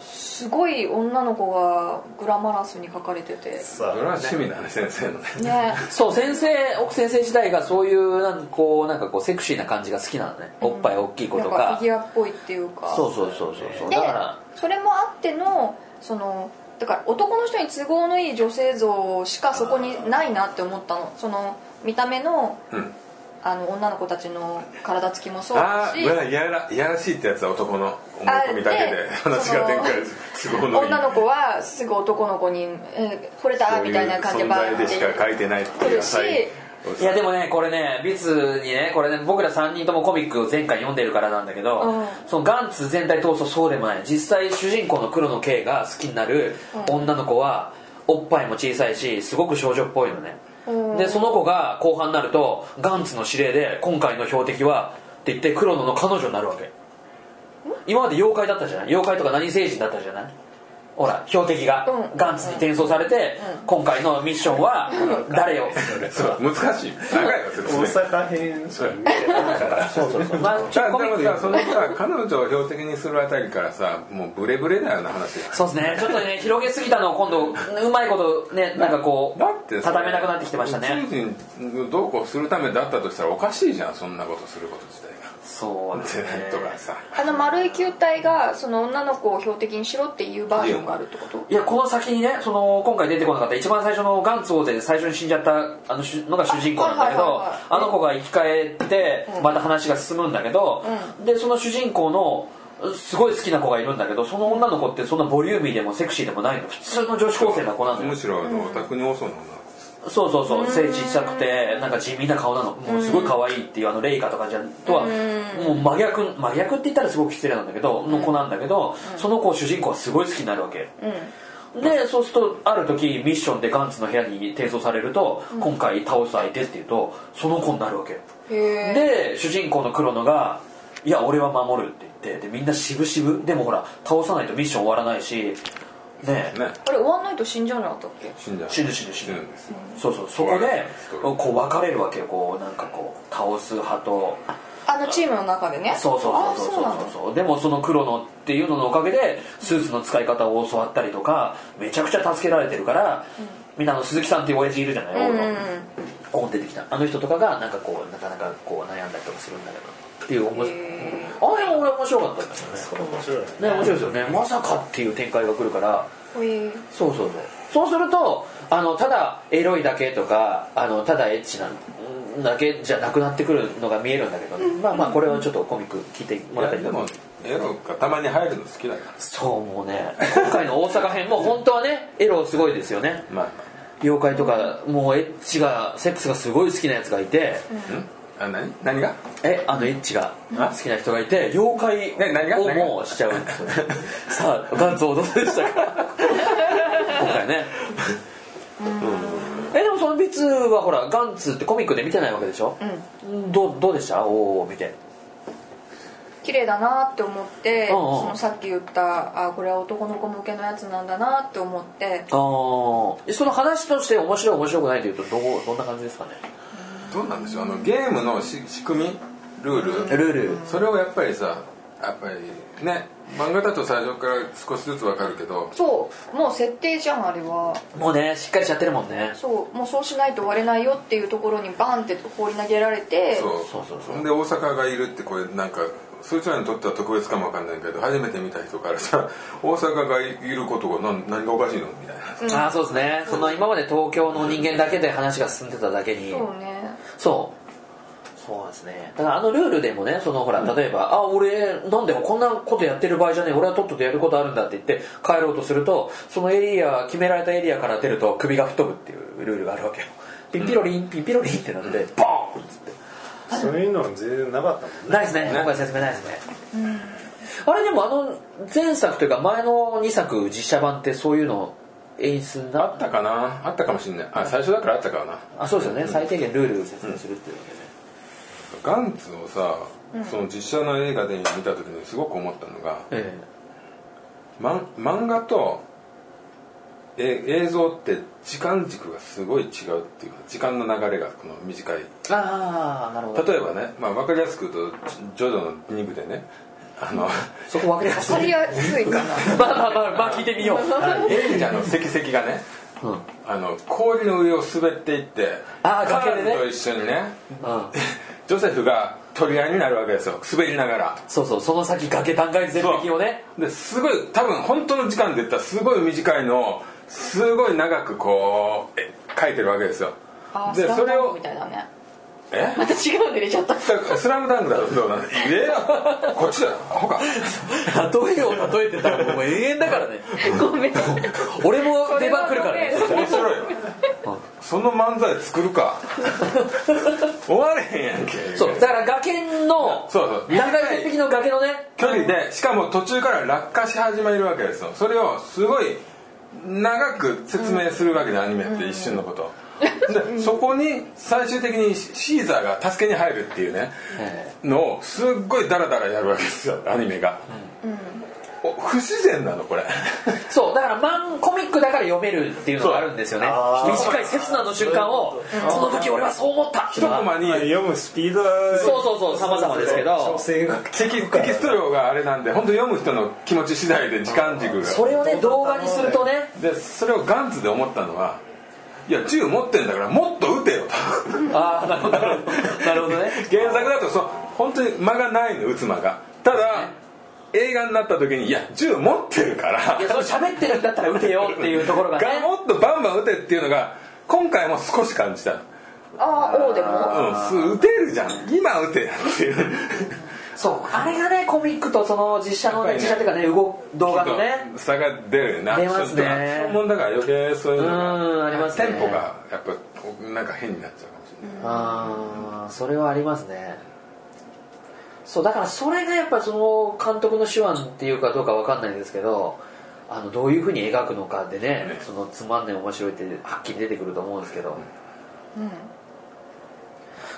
[SPEAKER 3] すごい女の子がグラマラスに書かれてて
[SPEAKER 6] さ
[SPEAKER 2] それは趣味だね先生のね
[SPEAKER 3] ね
[SPEAKER 4] そう先生奥先生自体がそういうなんかこうなんかこうセクシーな感じが好きなのねおっぱい大きい子
[SPEAKER 3] な
[SPEAKER 4] と
[SPEAKER 3] んか
[SPEAKER 4] か
[SPEAKER 3] フィギュアっぽいっていうか
[SPEAKER 4] そうそうそうそうそう
[SPEAKER 3] で
[SPEAKER 4] だから
[SPEAKER 3] それもあってのそのだから男の人に都合のいい女性像しかそこにないなって思ったのその見た目の
[SPEAKER 2] うん
[SPEAKER 3] あの女の子たちの体つきもそうだ
[SPEAKER 2] あ
[SPEAKER 3] し
[SPEAKER 2] ーまあいやらいやらしいってやつは男の思い込みだけで
[SPEAKER 3] あで
[SPEAKER 2] 話が展開する都合のいい
[SPEAKER 3] 女の子はすぐ男の子に「えー惚れた」みたいな感じでバ
[SPEAKER 2] そういう
[SPEAKER 3] ーン
[SPEAKER 2] 存在でしか書いてないっていう
[SPEAKER 3] 来るし
[SPEAKER 2] はい
[SPEAKER 4] いやでもねこれねビツにねこれね僕ら3人ともコミックを前回読んでるからなんだけど、
[SPEAKER 3] うん
[SPEAKER 4] そのガンツ全体通すとそうでもない実際主人公の黒野圭が好きになる女の子はおっぱいも小さいしすごく少女っぽいのね、
[SPEAKER 3] うん
[SPEAKER 4] でその子が後半になるとガンツの指令で今回の標的はって言って黒野の彼女になるわけ今まで妖怪だったじゃない妖怪とか何星人だったじゃないほら標的が
[SPEAKER 3] うん
[SPEAKER 4] ガンツに転送されて今回のミッションは誰を
[SPEAKER 2] そう難しい長いわ説
[SPEAKER 6] 大
[SPEAKER 2] 明
[SPEAKER 6] 阪編集みたいな
[SPEAKER 4] そうそうそう。まあ、ちょっ
[SPEAKER 2] だ
[SPEAKER 4] とコ
[SPEAKER 2] か
[SPEAKER 4] ミッ
[SPEAKER 2] らだから
[SPEAKER 4] クが
[SPEAKER 2] そのさ彼女を標的にするあたりからさもうブレブレだよな話が
[SPEAKER 4] そうですね。ちょっとね、広げすぎたのを今度、うまいことね、なんかこ
[SPEAKER 2] だって
[SPEAKER 4] う、
[SPEAKER 2] さ
[SPEAKER 4] 畳めなくなってきてましたね。
[SPEAKER 2] 宇宙人どうこうするためだったとしたらおかしいじゃんそんなことすること自体
[SPEAKER 4] そうです
[SPEAKER 2] が、
[SPEAKER 4] ね。
[SPEAKER 2] とかさ
[SPEAKER 3] あの丸い球体がその女の子を標的にしろっていうバージョンがあるってこと
[SPEAKER 4] いや、この先にね、その、今回出てこなかった、一番最初のガンツ王で最初に死んじゃったあの主のが主人公なんだけ
[SPEAKER 3] あはい
[SPEAKER 4] ど
[SPEAKER 3] はいはい、
[SPEAKER 4] あの子が生き返って、また話が進むんだけど、で、その主人公の、すごい好きな子がいるんだけどその女の子ってそんなボリューミーでもセクシーでもないの普通の女子高生の子なのよ
[SPEAKER 2] むしろあのお宅に多そうな女の子
[SPEAKER 4] そうそうそう背小さくてなんか地味な顔なのもうすごい可愛いっていうあのレイカとかじゃとはもう真逆真逆って言ったらすごく失礼なんだけどの子なんだけどその子を主人公はすごい好きになるわけでそうするとある時ミッションでガンツの部屋に転送されると今回倒す相手っていうとその子になるわけ
[SPEAKER 3] へえ
[SPEAKER 4] で主人公の黒野が「いや俺は守る」って言ってでみんな渋々でもほら倒さないとミッション終わらないしね
[SPEAKER 2] ね
[SPEAKER 3] あれ終わんないと死んじゃうんだったっけ
[SPEAKER 2] 死んじゃう
[SPEAKER 4] 死ぬ死ぬ死ぬ
[SPEAKER 2] んですよ
[SPEAKER 4] そうそうそこで
[SPEAKER 2] そう
[SPEAKER 4] こう分かれるわけよこうなんかこう倒す派と
[SPEAKER 3] あのチームの中でね
[SPEAKER 4] そうそう
[SPEAKER 3] あ
[SPEAKER 4] そうそう
[SPEAKER 3] そうなんだ
[SPEAKER 4] そうそうでもその黒野っていうののおかげでスーツの使い方を教わったりとかめちゃくちゃ助けられてるから、みんなあの鈴木さんっていう親父いるじゃない、
[SPEAKER 3] うんうん
[SPEAKER 4] 俺のここに出てきたあの人とかがなんかこうなかなかこう悩んだりとかするんだけどっていう面白いあの辺俺面白かったですよね
[SPEAKER 6] それ面白いね
[SPEAKER 4] ね面白いですよねまさかっていう展開が来るから
[SPEAKER 3] うんへえ
[SPEAKER 4] そうそうそうそうするとあのただエロいだけとかあのただエッチなんだけじゃなくなってくるのが見えるんだけどね、まあまあこれはちょっとコミック聞いてもらったり
[SPEAKER 2] で
[SPEAKER 4] とか
[SPEAKER 2] もエロがたまに入るの好きだから
[SPEAKER 4] そうもうね今回の大阪編も本当はねエロすごいですよね
[SPEAKER 2] まあ
[SPEAKER 4] 妖怪とかもうエッチがセックスがすごい好きなやつがいて、
[SPEAKER 2] あ何何が
[SPEAKER 4] えあのエッチが好きな人がいて妖
[SPEAKER 2] ね何が
[SPEAKER 4] 怪を
[SPEAKER 2] 何が
[SPEAKER 4] もうしちゃうんですよね さあガンツ王どうでしたか今回ねえでもそのビツはほらガンツってコミックで見てないわけでしょ、どうどうでしたおお見て
[SPEAKER 3] 綺麗だなって思って、
[SPEAKER 4] うんうん
[SPEAKER 3] そのさっき言ったあこれは男の子向けのやつなんだなって思って
[SPEAKER 4] ああその話として面白い面白くないというとどうどんな感じですかね
[SPEAKER 2] どうなんでしょうあのゲームのし仕組みルール
[SPEAKER 4] ルール
[SPEAKER 2] それをやっぱりさやっぱりね漫画だと最初から少しずつわかるけど
[SPEAKER 3] そうもう設定じゃんあれは
[SPEAKER 4] もうねしっかりしちゃってるもんね
[SPEAKER 3] そうもうそうしないと終われないよっていうところにバンって放り投げられて
[SPEAKER 2] そう
[SPEAKER 4] そうそうそう
[SPEAKER 2] で大阪がいるってこれなんかそいつらにとっては特別かもわかんないけど初めて見た人からさ 大阪がいることが何何がおかしいのみたいな
[SPEAKER 4] ああそうですねその今まで東京の人間だけで話が進んでただけに
[SPEAKER 3] そうね
[SPEAKER 4] そうそうですねだからあのルールでもねそのほら例えば「あ俺なんでこんなことやってる場合じゃねえ俺はとっととやることあるんだ」って言って帰ろうとするとそのエリア決められたエリアから出ると首が吹っ飛ぶっていうルールがあるわけよピンピロリンピンピロリンってなってボーンっつって
[SPEAKER 6] そういうの全然なかったもんね
[SPEAKER 4] ないですね今回説明ないですねあれでもあの前作というか前の2作実写版ってそういうの演出にな
[SPEAKER 2] あったかなあったかもしんないあ最初だからあったかな
[SPEAKER 4] あそうですよね最低限ルールを説明するっていうわけ
[SPEAKER 2] ガ
[SPEAKER 4] で
[SPEAKER 2] ンツをさその実写の映画で見た時にすごく思ったのが、
[SPEAKER 4] え
[SPEAKER 2] まん、漫画とえ映像って時間軸がすごい違うっていうか時間の流れがこの短い
[SPEAKER 4] えああなるほど
[SPEAKER 2] 例えばね、まあ、分かりやすく言うとジョジョの2部でねあ の
[SPEAKER 4] そこ分かりやす
[SPEAKER 3] 分かり
[SPEAKER 4] い
[SPEAKER 3] やすいかな
[SPEAKER 4] まあまあまあまあ聞いてみよう
[SPEAKER 2] 忍者の石石がね、
[SPEAKER 4] うん
[SPEAKER 2] あの氷の上を滑っていって
[SPEAKER 4] あー崖でね
[SPEAKER 2] 彼女と一緒にね
[SPEAKER 4] うん
[SPEAKER 2] ジョセフが取り合いになるわけですよ滑りながら
[SPEAKER 4] そうそうその先崖断崖絶壁をね
[SPEAKER 2] ですごい多分本当の時間で言ったらすごい短いのをすごい長くこうえ書いてるわけですよ
[SPEAKER 3] あー
[SPEAKER 2] で
[SPEAKER 3] スラ
[SPEAKER 2] そ
[SPEAKER 3] ム
[SPEAKER 2] れ
[SPEAKER 3] ダンク
[SPEAKER 2] を
[SPEAKER 3] みたいだね
[SPEAKER 2] え
[SPEAKER 3] また違うの入れちゃった
[SPEAKER 2] スラムダンクだろそうなん入れよこっちだよほか
[SPEAKER 4] 例えを例えてたらもう永遠だからね
[SPEAKER 3] ご めん
[SPEAKER 4] 俺も出番来るからね
[SPEAKER 2] それしろよその漫才作るか終われへんやんけ
[SPEAKER 4] そうだから崖の
[SPEAKER 2] そうそう
[SPEAKER 4] 断崖絶壁の崖のね
[SPEAKER 2] 距離でしかも途中から落下し始めるわけですよそれをすごい長く説明するわけで、アニメって一瞬のこと、でそこに最終的にシーザーが助けに入るっていうね、のをすっごいダラダラやるわけですよアニメが、お不自然なのこれ
[SPEAKER 4] そうだからマンコミックだから読めるっていうのがあるんですよね
[SPEAKER 6] あー
[SPEAKER 4] 短い刹那の瞬間をその時俺はそう思ったってい
[SPEAKER 2] 一
[SPEAKER 4] うの
[SPEAKER 2] コマ
[SPEAKER 4] が
[SPEAKER 2] に
[SPEAKER 6] 読むスピードは
[SPEAKER 4] そうそうそう様々ですけど
[SPEAKER 6] 調整が効
[SPEAKER 2] テキテキスト量があれなんで本当読む人の気持ち次第で時間軸が
[SPEAKER 4] それをね動画にするとね
[SPEAKER 2] でそれをガンツで思ったのはいや銃持ってんだからもっと撃て よと
[SPEAKER 4] ああなるほどなるほどね
[SPEAKER 2] 原作だとそう本当に間がないの撃つ間がただ映画になった時にいや銃持ってるから
[SPEAKER 4] いやそれ喋ってるんだったら打てよっていうところがね
[SPEAKER 2] がもっとバンバン撃てっていうのが今回も少し感じたうん
[SPEAKER 3] ああ O でも
[SPEAKER 2] す撃てるじゃん今撃てやっていう
[SPEAKER 4] そうあれがねコミックとその実写の
[SPEAKER 2] や
[SPEAKER 4] ね
[SPEAKER 2] っぱりね
[SPEAKER 4] 実写っていうかね動動画のね
[SPEAKER 2] 差が出るよね
[SPEAKER 4] 出ますね
[SPEAKER 2] アクションとかそういうもんだから余計そういうの
[SPEAKER 4] うん
[SPEAKER 2] が
[SPEAKER 4] ありますね
[SPEAKER 2] テンポがやっぱなんか変になっちゃうかもしれない
[SPEAKER 4] ああそれはありますねそうだからそれがやっぱその監督の手腕っていうかどうかわかんないですけどあのどういうふうに描くのかでね
[SPEAKER 2] ね
[SPEAKER 4] そのつまんない面白いってはっきり出てくると思うんですけど、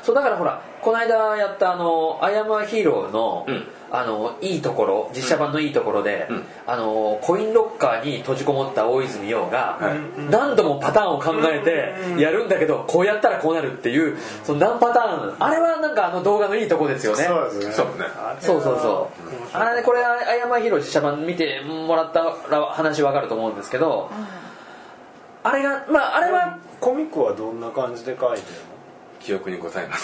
[SPEAKER 4] そうだからほらこの間やったあの「アイアムアヒーローの」
[SPEAKER 2] うん
[SPEAKER 4] あのいいところ実写版のいいところで、
[SPEAKER 2] うん
[SPEAKER 4] あのコインロッカーに閉じこもった大泉洋が、
[SPEAKER 2] はい
[SPEAKER 4] 何度もパターンを考えてやるんだけどこうやったらこうなるっていうその何パターンあれはなんかあの動画のいいとこですよね
[SPEAKER 6] そうですね
[SPEAKER 2] そうね
[SPEAKER 6] あれは
[SPEAKER 4] そうそうそうあれこれ「あやまひろ」実写版見てもらったら話わかると思うんですけどあれがまああれは
[SPEAKER 6] コミックはどんな感じで書いて
[SPEAKER 2] 記憶にございま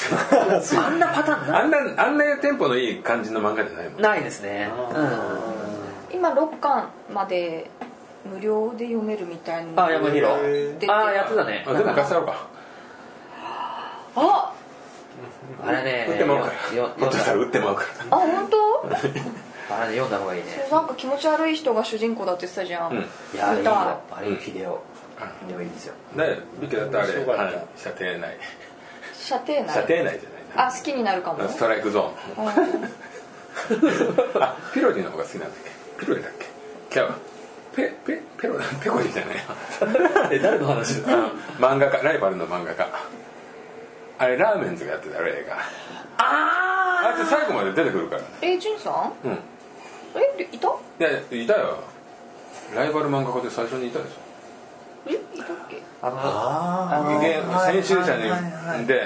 [SPEAKER 2] せん
[SPEAKER 4] あんなパターンな
[SPEAKER 2] あんなあんなテンポのいい感じの漫画じゃないもん
[SPEAKER 4] ないですねうん
[SPEAKER 3] 今6巻まで無料で読めるみたいな
[SPEAKER 4] あやまひろああやってたね
[SPEAKER 2] あ全部貸しちゃおうか
[SPEAKER 3] あ
[SPEAKER 4] あれね
[SPEAKER 2] 打ってもらうか
[SPEAKER 4] よ
[SPEAKER 2] らもっとしたら打ってもらうか
[SPEAKER 3] あ本当
[SPEAKER 4] あれね読んだ方がいいね
[SPEAKER 3] なんか気持ち悪い人が主人公だって言ってたじゃん、
[SPEAKER 2] うん
[SPEAKER 4] いやあれいいよ
[SPEAKER 3] 歌
[SPEAKER 4] あれヒデオヒデオいい ですよ
[SPEAKER 2] らねビッケだったらあれ
[SPEAKER 6] 面白かった
[SPEAKER 2] はい射程内
[SPEAKER 3] 射程内
[SPEAKER 2] 射程内じゃない
[SPEAKER 3] あ好きになるかも
[SPEAKER 2] なストライクゾーン
[SPEAKER 3] うん
[SPEAKER 2] あピロリの方が好きなんだっけピロリだっけキャワペペペロペコリじゃないわ
[SPEAKER 4] え誰の話
[SPEAKER 2] あの漫画家ライバルの漫画家あれラーメンズがやってたあれ映画あいつ最後まで出てくるからね
[SPEAKER 3] えジュンさん
[SPEAKER 2] うん
[SPEAKER 3] えいた
[SPEAKER 2] いやいたよライバル漫画家で最初にいたでしょ
[SPEAKER 3] えいたっけ
[SPEAKER 4] あの
[SPEAKER 6] あ
[SPEAKER 4] あの
[SPEAKER 2] ゲーム編集者
[SPEAKER 6] はいはいはい
[SPEAKER 2] にで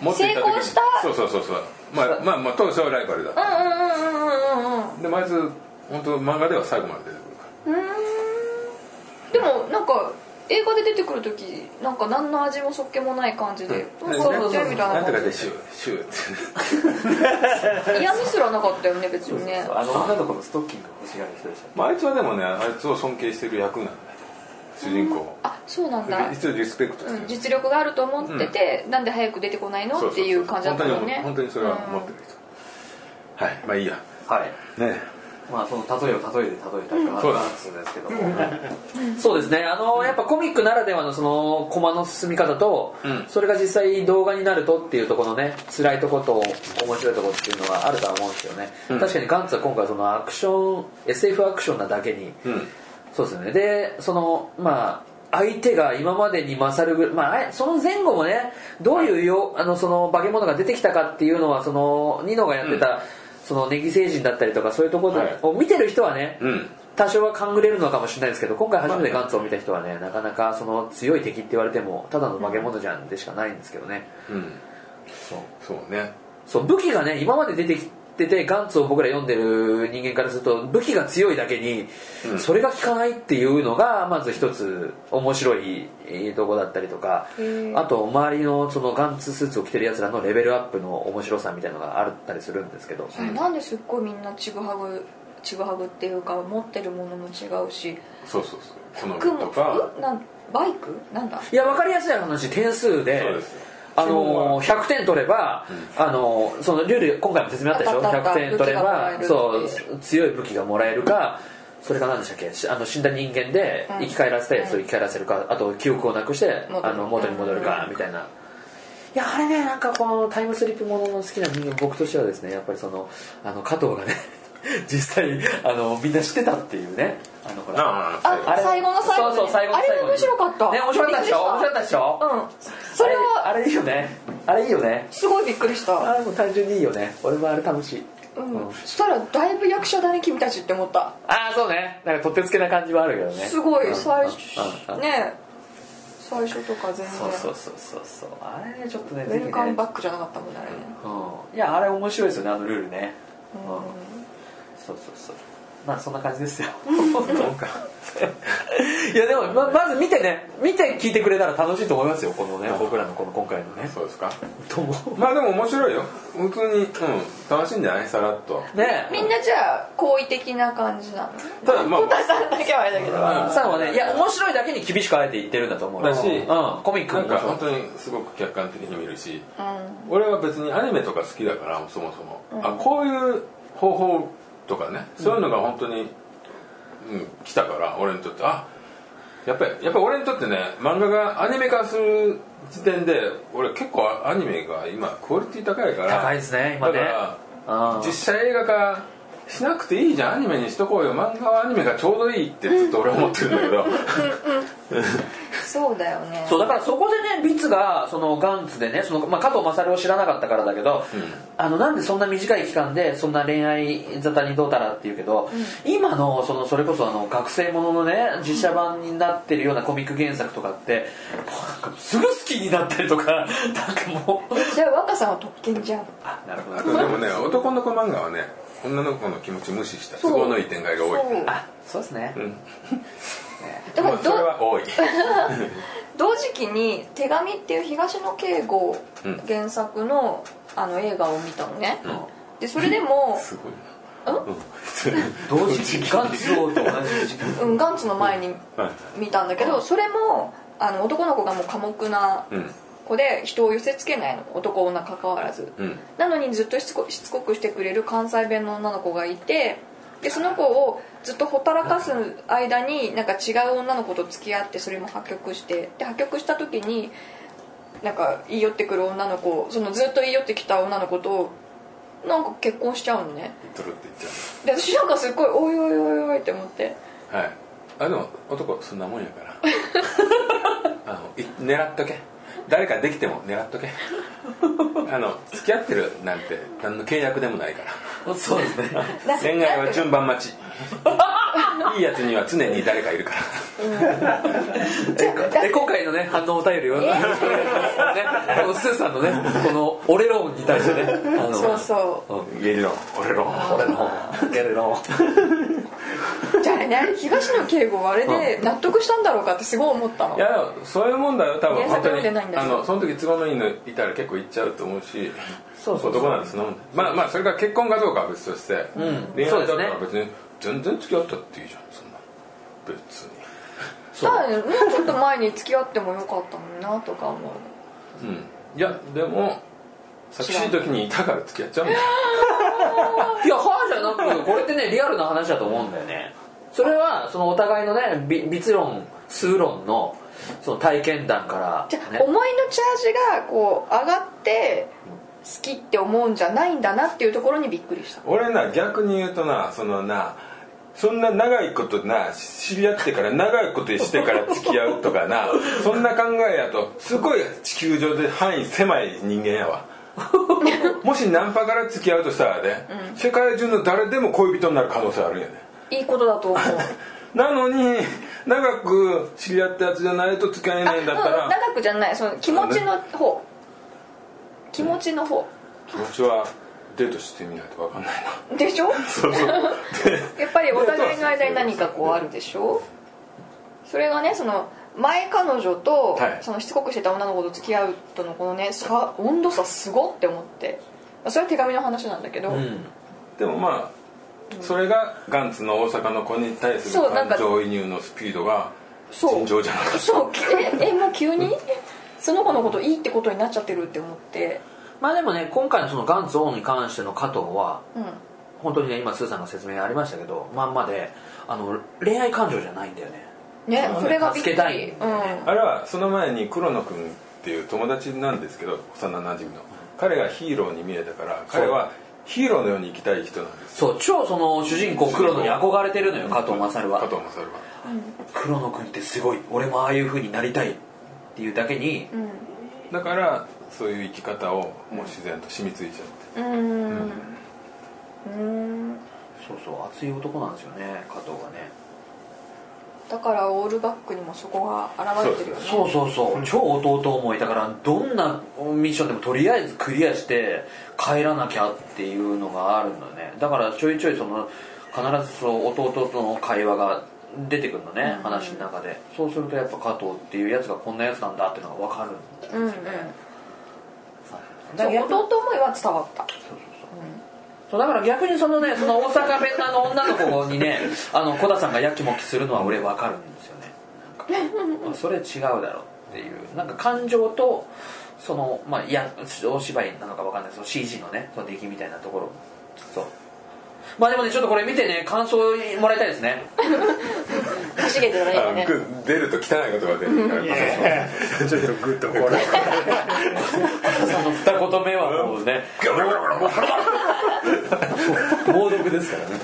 [SPEAKER 2] 持っていった
[SPEAKER 3] 成功
[SPEAKER 2] 時
[SPEAKER 3] した
[SPEAKER 2] そうそうそうそうまあまあまあ当初はライバルだっ
[SPEAKER 3] うんうんうんうんうんうん
[SPEAKER 2] たで毎ず本当漫画では最後まで出てくるか
[SPEAKER 3] うーんでもなんか映画で出てくる時なんか何の味もそっけもない感じで、
[SPEAKER 2] ら
[SPEAKER 3] なんかやってるみたい
[SPEAKER 2] なん
[SPEAKER 3] な
[SPEAKER 2] とか
[SPEAKER 3] 感
[SPEAKER 2] で
[SPEAKER 3] じ
[SPEAKER 2] シューシューって
[SPEAKER 3] 嫌味すらなかったよね別にね
[SPEAKER 4] あの女の子のストッキング欲しがる人でした
[SPEAKER 2] まああいつはでもねあいつを尊敬してる役なんだよ主人公を
[SPEAKER 3] あそうなんだ、
[SPEAKER 2] 一応リスペクト
[SPEAKER 3] う
[SPEAKER 2] し
[SPEAKER 3] ん、
[SPEAKER 2] てる
[SPEAKER 3] 実力があると思ってて、なんで早く出てこないの
[SPEAKER 2] そうそ
[SPEAKER 3] っ
[SPEAKER 2] うそう
[SPEAKER 3] ていう感じだったよね
[SPEAKER 2] 本当に本当にそれは持ってる人はいまあいいや
[SPEAKER 4] はい
[SPEAKER 2] ね
[SPEAKER 4] まあその例えを例えで例えたりとか
[SPEAKER 2] そうだ
[SPEAKER 4] するんですけどもそうですねあのやっぱコミックならではのそのコマの進み方と、
[SPEAKER 2] うん
[SPEAKER 4] それが実際動画になるとっていうところのね辛いとこと面白いとこっていうのはあるとは思うんですよね、
[SPEAKER 2] うん
[SPEAKER 4] 確かにガンツは今回そのアクション SF アクションなだけに、
[SPEAKER 2] うん
[SPEAKER 4] そうですよねでそのまあ相手が今までに勝るぐらい、まああれ、その前後もねどういうよあのその化け物が出てきたかっていうのはそのニノがやってた、そのネギ星人だったりとかそういうところ
[SPEAKER 2] はい
[SPEAKER 4] を見てる人はね、
[SPEAKER 2] うん
[SPEAKER 4] 多少は勘ぐれるのかもしれないですけど今回初めてガンツを見た人はねなかなかその強い敵って言われてもただの化け物じゃんでしかないんですけどね
[SPEAKER 2] うん
[SPEAKER 4] そう
[SPEAKER 2] そうね
[SPEAKER 4] そう武器がね今まで出てきててガンツを僕ら読んでる人間からすると武器が強いだけに、それが効かないっていうのがまず一つ面白いえーとこだったりとかあと周りのそのガンツスーツを着てるやつらのレベルアップの面白さみたいのがあったりするんですけど、
[SPEAKER 3] うんなんですっごいみんなちぐはぐちぐはぐっていうか持ってるものも違うし
[SPEAKER 2] そうそうそう好み
[SPEAKER 3] 服も
[SPEAKER 2] とか
[SPEAKER 3] 服なんバイクなんだ
[SPEAKER 4] いや分かりやすい話点数で
[SPEAKER 2] そうですよ
[SPEAKER 4] あのー100点取れば、あのーそのルール今回も説明あったでしょ
[SPEAKER 3] あったあった
[SPEAKER 4] 100点取れば
[SPEAKER 3] 武器がもら
[SPEAKER 4] そ
[SPEAKER 3] えるっていう
[SPEAKER 4] う強い武器がもらえるかそれが何でしたっけしあの死んだ人間で
[SPEAKER 3] うん
[SPEAKER 4] 生き返らせて、そう生き返らせるかあと記憶をなくして
[SPEAKER 3] 戻る
[SPEAKER 4] あの元に戻るかみたいな。いやあれねなんかこのタイムスリップものの好きな人間僕としてはですねやっぱりそのあの加藤がね 実際あのみんな知ってたっていうねあのほら
[SPEAKER 2] ああ
[SPEAKER 3] あ
[SPEAKER 4] れ
[SPEAKER 3] 最後の最後に
[SPEAKER 4] そうそう最後の最後に
[SPEAKER 3] あれ面白かった
[SPEAKER 4] ね面白かったでしょ面白かったでしょ
[SPEAKER 3] うんそれ
[SPEAKER 4] あ
[SPEAKER 3] は
[SPEAKER 4] れあれいいよねあれいいよね
[SPEAKER 3] すごいびっくりした
[SPEAKER 4] あれもう単純にいいよね俺もあれ楽しい
[SPEAKER 3] うんそしたらだいぶ役者だね君たちって思った
[SPEAKER 4] ああそうねなんかとってつけな感じはあるけどね
[SPEAKER 3] すごい最
[SPEAKER 4] うんう
[SPEAKER 3] 初
[SPEAKER 4] ん
[SPEAKER 3] ね最初とか全然
[SPEAKER 4] そうそうそうそうそうあれねちょっとね
[SPEAKER 3] ウェルカム
[SPEAKER 4] ね
[SPEAKER 3] バックじゃなかったもんねあれね
[SPEAKER 4] うんいやあれ面白いですよねあのルールねうんそうそうそうまあそんな感じ ですよいやでもままず見てね見て聞いてくれたら楽しいと思いますよこのね僕らのこの今回のね
[SPEAKER 2] そうですか
[SPEAKER 4] とも
[SPEAKER 2] まあでも面白いよ普通に、うん、楽しいんじゃないさらっと
[SPEAKER 4] ね
[SPEAKER 3] みんなじゃあ好意的な感じなの
[SPEAKER 2] ただまあ
[SPEAKER 3] 小田さんだけはあれだけど
[SPEAKER 4] さんはねいや面白いだけに厳しくあえて言ってるんだと思う
[SPEAKER 2] だし
[SPEAKER 4] うん、コミック
[SPEAKER 2] なん
[SPEAKER 4] も面
[SPEAKER 2] か
[SPEAKER 4] 白い
[SPEAKER 2] 本当にすごく客観的に見るし、俺は別にアニメとか好きだからそもそも、あこういう方法とかねそういうのが本当に、うん、来たから俺にとってあやっぱりやっぱり俺にとってね漫画がアニメ化する時点で俺結構アニメが今クオリティ高いから
[SPEAKER 4] 高いですね今
[SPEAKER 2] だ
[SPEAKER 4] ね
[SPEAKER 2] から
[SPEAKER 4] あ
[SPEAKER 2] 実写映画化しなくていいじゃんアニメにしとこうよ漫画はアニメがちょうどいいってずっと俺は思ってるんだけど
[SPEAKER 3] そうだよね
[SPEAKER 4] そうだからそこでねビッツがそのガンツでねその、まあ、加藤勝を知らなかったからだけど、あのなんでそんな短い期間でそんな恋愛沙汰にどうたらっていうけど、今のそのそれこそあの学生もののね実写版になってるようなコミック原作とかってもうなんかすぐ好きになったりとかなんかもう
[SPEAKER 3] じゃあ若さんは特権じゃん
[SPEAKER 4] あなるほ
[SPEAKER 2] あ
[SPEAKER 4] ど
[SPEAKER 2] とでもね男の子漫画はね女の子の気持ち無視した都合のいい展開が多い
[SPEAKER 3] そう
[SPEAKER 4] あそうですね、
[SPEAKER 3] だから
[SPEAKER 2] まあそれ
[SPEAKER 3] ど
[SPEAKER 2] は多い
[SPEAKER 3] 同時期に「手紙」っていう東野圭吾原作の,、あの映画を見たのね、でそれでも、
[SPEAKER 2] すごい
[SPEAKER 4] 同時期ガンツ王と同じ時期
[SPEAKER 3] うん、ガンツの前に
[SPEAKER 2] なはい
[SPEAKER 3] 見たんだけどそれもあの男の子がもう寡黙な
[SPEAKER 2] うん
[SPEAKER 3] 子で人を寄せつけないの男女関わらず、
[SPEAKER 2] うん
[SPEAKER 3] なのにずっとしつこしつこくしてくれる関西弁の女の子がいてでその子をずっとほったらかす間になんか違う女の子と付き合ってそれも破局してで破局した時になんか言い寄ってくる女の子そのずっと言い寄ってきた女の子となんか結婚しちゃうのね
[SPEAKER 2] トロって言っち
[SPEAKER 3] で私なんかすっごいおいおいおいおいって思 って
[SPEAKER 2] ゃうはいあでも男そんなもんやからあのい狙っとけ誰かできても狙っとけあの付き合ってるなんて何の契約でもないから
[SPEAKER 4] そうですね
[SPEAKER 3] な
[SPEAKER 2] 恋愛は順番待 ちいいやつには常に誰かいるから
[SPEAKER 4] で今回のね反応お便りを、ね、このスーさんのねこの「俺論」に対してねあの
[SPEAKER 3] そうそう
[SPEAKER 2] ゲリロン俺ロン
[SPEAKER 4] 俺のゲルの
[SPEAKER 3] じゃあね東野圭吾はあれで納得したんだろうかってすごい思ったの
[SPEAKER 2] いやそういうもんだよ多分
[SPEAKER 3] 原
[SPEAKER 2] 本当
[SPEAKER 3] 作読んでないん
[SPEAKER 2] に
[SPEAKER 3] だ
[SPEAKER 2] あのその時都合のいいのいたら結構行っちゃうと思うし
[SPEAKER 4] そうそうそう
[SPEAKER 2] 男なんですのまあまあそれから結婚かどうかは別として、恋愛だったら別に全然付き合ったっていいじゃんそんな別に
[SPEAKER 3] ただねもうちょっと前に付き合ってもよかったのになとか思う
[SPEAKER 2] うんいやでも寂しい時にいたから付き合っちゃうんだよ
[SPEAKER 4] いや歯じゃなくこれってねリアルな話だと思うんだよねそれはそのお互いのねび立論数論のその体験談か
[SPEAKER 3] じゃ
[SPEAKER 4] ら、
[SPEAKER 3] あ
[SPEAKER 4] ね、
[SPEAKER 3] 思いのチャージがこう上がって好きって思うんじゃないんだなっていうところにびっくりした
[SPEAKER 2] 俺な逆に言うとなそのなそんな長いことな知り合ってから長いことしてから付き合うとかなそんな考えやとすごい地球上で範囲狭い人間やわもしナンパから付き合うとしたらね、世界中の誰でも恋人になる可能性あるよね
[SPEAKER 3] いいことだと思 う
[SPEAKER 2] なのに長く知り合ったやつじゃないと付き合え
[SPEAKER 3] あ
[SPEAKER 2] ないんだった
[SPEAKER 3] うん
[SPEAKER 2] ら
[SPEAKER 3] 長くじゃないその気持ちの方気持ちの方
[SPEAKER 2] 気持ちはデートしてみないと分かんないな
[SPEAKER 3] でしょ やっぱりお互いの間に何かこうあるでしょそれがねその前彼女と
[SPEAKER 2] はい
[SPEAKER 3] そのしつこくしてた女の子と付き合うとのこのね差温度差すごって思ってまあそれは手紙の話なんだけど、
[SPEAKER 4] うん
[SPEAKER 2] でもまあそれがガンツの大阪の子に対する
[SPEAKER 3] そうなん
[SPEAKER 2] 感
[SPEAKER 3] か
[SPEAKER 2] 情移入のスピードが
[SPEAKER 3] そう
[SPEAKER 2] 尋常じゃなかった
[SPEAKER 3] そうええもう急にそその子のこといいってことになっちゃってるって思って
[SPEAKER 4] まあでもね今回のそのガンツ王に関しての加藤は
[SPEAKER 3] うん
[SPEAKER 4] 本当にね今スーさんの説明ありましたけどまんまであの恋愛感情じゃないんだよね
[SPEAKER 3] ね
[SPEAKER 4] そう
[SPEAKER 3] それがびっく
[SPEAKER 4] 助
[SPEAKER 3] り
[SPEAKER 4] けたいん
[SPEAKER 3] う
[SPEAKER 4] だよね
[SPEAKER 3] ん
[SPEAKER 2] あれはその前に黒野君っていう友達なんですけど幼なじみの彼がヒーローに見えたから
[SPEAKER 4] そう
[SPEAKER 2] 彼はヒーローのように生きたい人なんです
[SPEAKER 4] そう超その主人公黒野に憧れてるのよ加藤勝は
[SPEAKER 2] 加藤勝は
[SPEAKER 4] 黒野君ってすごい俺もああいう風になりたいっていうだけに
[SPEAKER 2] だからそういう生き方をもう自然と染みついちゃって
[SPEAKER 3] うんうんうん
[SPEAKER 4] そうそう熱い男なんですよね加藤はね
[SPEAKER 3] だからオールバックにもそこが現れてるよね
[SPEAKER 4] そうそうそう、超弟思いだからどんなミッションでもとりあえずクリアして帰らなきゃっていうのがあるんだねだからちょいちょいその必ずその弟との会話が出てくるのね、話の中でそうするとやっぱ加藤っていうやつがこんなやつなんだっていうのが分かる
[SPEAKER 3] うんうんそう
[SPEAKER 4] だから逆に
[SPEAKER 3] 弟思いは伝わった
[SPEAKER 4] そうだから逆にそのねその大阪弁のあの女の子にね あの小田さんがやきもきするのは俺分かるんですよねなんかまあそれ違うだろうっていうなんか感情とそのまあいやお芝居なのか分かんないその CG のねその出来みたいなところそうまあでもねちょっとこれ見てね感想もらいたいです ね
[SPEAKER 3] かしげてたね
[SPEAKER 2] あ
[SPEAKER 3] 今ね
[SPEAKER 2] グッ出ると汚い言葉で
[SPEAKER 6] ちょっとグッとこらえ
[SPEAKER 4] その二言目はもうね猛毒ですからね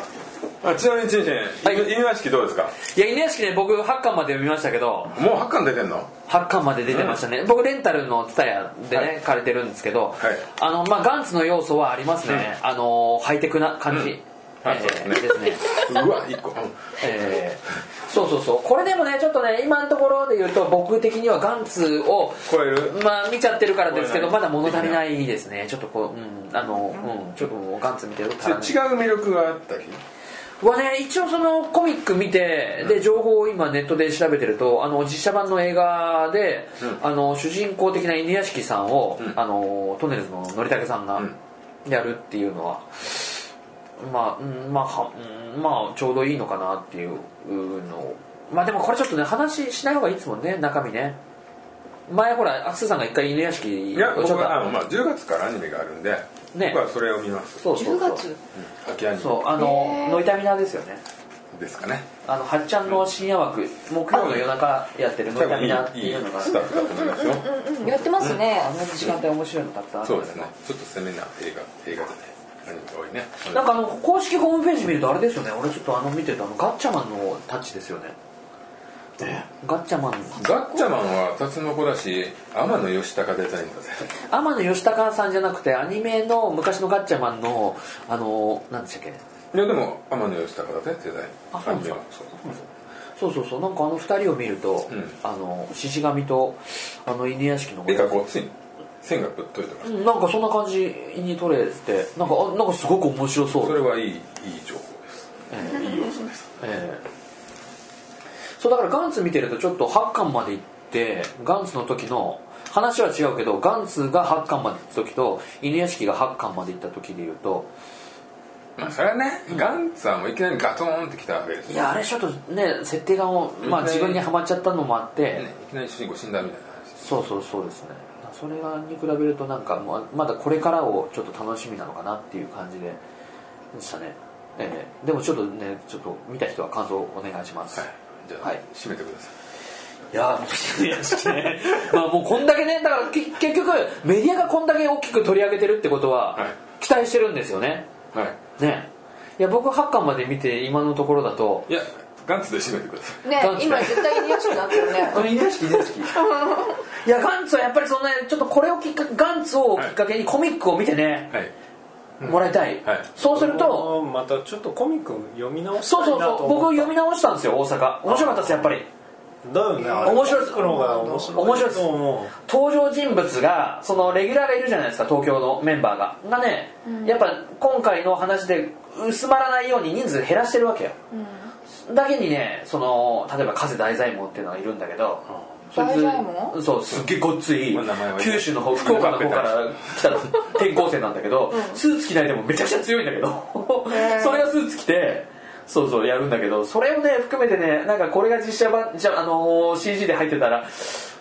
[SPEAKER 2] あちなみにチンチン
[SPEAKER 4] はい
[SPEAKER 2] 犬犬屋敷どうですか
[SPEAKER 4] いや犬屋敷ね僕8巻まで読みましたけど
[SPEAKER 2] もう8巻出 てんの
[SPEAKER 4] 8巻まで出てましたね、僕レンタルのツタヤでね、
[SPEAKER 2] はい
[SPEAKER 4] 借りてるんですけど、
[SPEAKER 2] はい
[SPEAKER 4] あのまあ、ガンツの要素はありますね、あのハイテクな感じ、
[SPEAKER 2] はい
[SPEAKER 4] えー
[SPEAKER 2] そうですね
[SPEAKER 4] です ね
[SPEAKER 2] うわ1個うん
[SPEAKER 4] えーそうそうそうこれでもねちょっとね今のところで言うと僕的にはガンツを
[SPEAKER 2] 超える
[SPEAKER 4] まあ見ちゃってるからですけどまだ物足りないですねちょっとこううんあの、うん、ちょっともうガンツ見てる
[SPEAKER 2] ち違う魅力があったり
[SPEAKER 4] はね一応そのコミック見てで情報を今ネットで調べてるとあの実写版の映画で、あの主人公的な犬屋敷さんを、あのトンネルズの則武さんが
[SPEAKER 2] ん
[SPEAKER 4] やるっていうのは、まあうんまあはうんまあちょうどいいのかなっていうのをまあでもこれちょっとね話しない方がいいですもんね中身ね前ほらアクスーさんが一回犬屋敷
[SPEAKER 2] いや
[SPEAKER 4] ち
[SPEAKER 2] 僕
[SPEAKER 4] ょっと
[SPEAKER 2] はあのまあ10月からアニメがあるんで
[SPEAKER 4] ね
[SPEAKER 2] 僕はそれを見ます
[SPEAKER 4] そうそう
[SPEAKER 3] 10
[SPEAKER 4] そう
[SPEAKER 3] 月
[SPEAKER 2] 秋アニ
[SPEAKER 4] そうあの
[SPEAKER 3] へー
[SPEAKER 4] ノイタミナですよね
[SPEAKER 2] メですかね
[SPEAKER 4] あのはっちゃんの深夜枠木曜の夜中やってるの
[SPEAKER 2] 多
[SPEAKER 4] イタ
[SPEAKER 2] 分い
[SPEAKER 4] ミナって
[SPEAKER 2] いいい
[SPEAKER 4] いうのがあ
[SPEAKER 2] スタッフだと思い ますよ
[SPEAKER 3] うんやってますね
[SPEAKER 4] の時間帯面白いのたくさんある
[SPEAKER 2] そ
[SPEAKER 4] ん
[SPEAKER 2] う
[SPEAKER 4] だ
[SPEAKER 2] です
[SPEAKER 4] け
[SPEAKER 2] ね
[SPEAKER 4] ど
[SPEAKER 2] ちょっと攻めな映画映画じゃないアニメが多いね
[SPEAKER 4] なんかあの公式ホームページ見るとあれですよね俺ちょっとあの見てたあのガッチャマンのタッチですよねガッチャマン
[SPEAKER 2] ガッチャマンはタツノコだし天野義高デザインだぜ
[SPEAKER 4] 天野義高さんじゃなくてアニメの昔のガッチャマンのあの何でしたっけ
[SPEAKER 2] いやでも天野義高だぜデザイン
[SPEAKER 4] あそうなんですか
[SPEAKER 2] アニメはそう
[SPEAKER 4] そうそうそうなんかあの二人を見ると、
[SPEAKER 2] うん
[SPEAKER 4] あの獅子神とあの犬屋敷の
[SPEAKER 2] 絵がごっついの線がぶっといてます
[SPEAKER 4] うんなんかそんな感じに撮れてなんかあなんかすごく面白そう
[SPEAKER 2] それはいいいい情報です
[SPEAKER 4] え
[SPEAKER 2] いい要素です
[SPEAKER 4] ええそうだからガンツ見てるとちょっと8巻まで行ってガンツの時の話は違うけどガンツが8巻まで行った時と犬屋敷が8巻まで行った時で言うと
[SPEAKER 2] まあそれはねガンツァーもいきなりガトーンってきたわけです
[SPEAKER 4] い
[SPEAKER 2] よ
[SPEAKER 4] やあれちょっとね設定がもう、まあ、
[SPEAKER 2] うん
[SPEAKER 4] 自分にはまっちゃったのもあって、
[SPEAKER 2] ねいきなり主人公死んだみたいな話
[SPEAKER 4] そうそうそうですねそれがに比べるとなんかままだこれからをちょっと楽しみなのかなっていう感じででしたね、ええでもちょっとねちょっと見た人は感想をお願いします、
[SPEAKER 2] はいじゃあ、
[SPEAKER 4] はい
[SPEAKER 2] 締めてください
[SPEAKER 4] いやーいやしてねまあもうこんだけねだからけ結局メディアがこんだけ大きく取り上げてるってことは
[SPEAKER 2] はい
[SPEAKER 4] 期待してるんですよね
[SPEAKER 2] はい
[SPEAKER 4] ねいや僕8巻まで見て今のところだと
[SPEAKER 2] いやガンツで締めてください
[SPEAKER 3] ね
[SPEAKER 4] ガンツ
[SPEAKER 3] 今絶対にやしくなってるね
[SPEAKER 4] 犬屋敷犬屋敷 いやガンツはやっぱりそのねちょっとこれをきっかけガンツをきっかけにコミックを見てね、
[SPEAKER 2] はい
[SPEAKER 4] もらいたい、
[SPEAKER 2] はい
[SPEAKER 4] そうすると
[SPEAKER 6] またちょっとコミック読み直し
[SPEAKER 4] そう
[SPEAKER 6] た
[SPEAKER 4] そ
[SPEAKER 6] いうな
[SPEAKER 4] そ
[SPEAKER 6] と
[SPEAKER 4] う僕
[SPEAKER 6] 思った
[SPEAKER 4] 読み直したんですよ大阪面白かったですやっぱり
[SPEAKER 6] だよねあれ
[SPEAKER 4] 面白いです
[SPEAKER 6] コミックの方が面白い
[SPEAKER 4] 面白いです
[SPEAKER 6] と思う
[SPEAKER 4] 登場人物がそのレギュラーがいるじゃないですか東京のメンバーががね、やっぱ今回の話で薄まらないように人数減らしてるわけよ、だけにねその例えば風大左衛門っていうのがいるんだけど、そいつ
[SPEAKER 3] 大左衛門
[SPEAKER 4] そうすっげえごっつい
[SPEAKER 2] まあ名前はいい
[SPEAKER 4] 九州の方福岡の方から来た転校生なんだけど、スーツ着ないでもめちゃくちゃ強いんだけど
[SPEAKER 3] へー
[SPEAKER 4] それがスーツ着てそうそうやるんだけどそれをね含めてねなんかこれが実写版じゃあ、あのー CG で入ってたら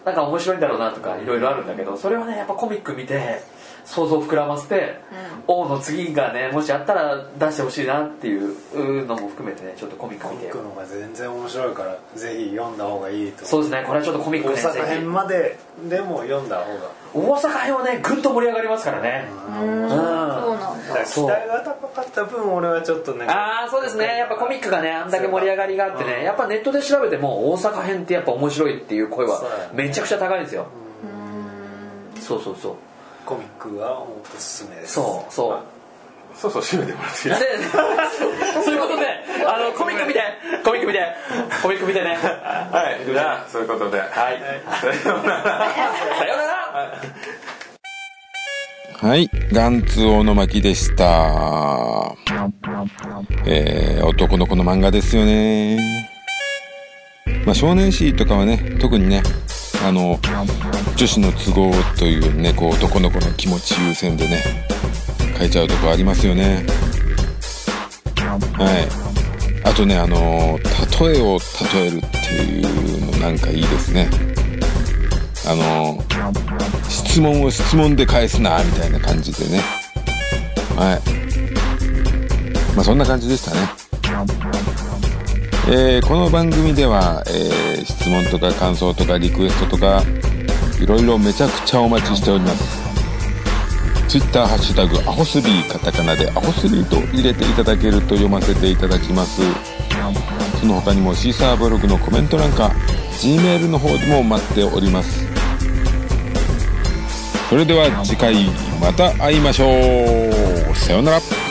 [SPEAKER 4] なんか面白いんだろうなとかいろいろあるんだけどそれをねやっぱコミック見て想像膨らませて、王の次がねもしあったら出してほしいなっていうのも含めてねちょっとコミック
[SPEAKER 6] コ
[SPEAKER 4] 見
[SPEAKER 6] ミ
[SPEAKER 4] て
[SPEAKER 6] ックの方が全然面白いからぜひ読んだ方がいいと
[SPEAKER 4] そうですねこれはちょっとコミック
[SPEAKER 6] 大
[SPEAKER 4] ねぜ
[SPEAKER 6] 阪編
[SPEAKER 4] ひ
[SPEAKER 6] まででも読んだ方が
[SPEAKER 4] 大阪編はねぐっと盛り上がりますからね、
[SPEAKER 3] うんそうなんだ
[SPEAKER 6] だから期
[SPEAKER 4] そう
[SPEAKER 6] 待が高かった分俺はちょっとね
[SPEAKER 4] ああそうですねやっぱコミックがねあんだけ盛り上がりがあってねやっぱネットで調べても大阪編ってやっぱ面白いっていう声は
[SPEAKER 6] そうだよね
[SPEAKER 4] めちゃくちゃ高いんですよそうそうそう
[SPEAKER 6] コミックはおすすめです
[SPEAKER 4] そうそう
[SPEAKER 2] そうそう締めてもらっていい
[SPEAKER 4] で そういうことであのコミック見てコミック見てコミック見てね
[SPEAKER 2] はいじゃあそういうことではいさようなら
[SPEAKER 4] さようなら
[SPEAKER 1] はい、ガンツオの巻でした。えー、男の子の漫画ですよね。まあ、少年誌とかはね、特にね、あの、女子の都合というね、こう、男の子の気持ち優先でね、書いちゃうとこありますよね。はい。あとね、あの、例えを例えるっていうのなんかいいですね。あの、質問を質問で返すなみたいな感じでねはいまあそんな感じでしたねえーこの番組では、えー質問とか感想とかリクエストとかいろいろめちゃくちゃお待ちしております Twitter ハッシュタグアホスリーカタカナでアホスリーと入れていただけると読ませていただきますその他にもシーサーブログのコメントなんか G メールの方でも待っておりますそれでは次回また会いましょうさようなら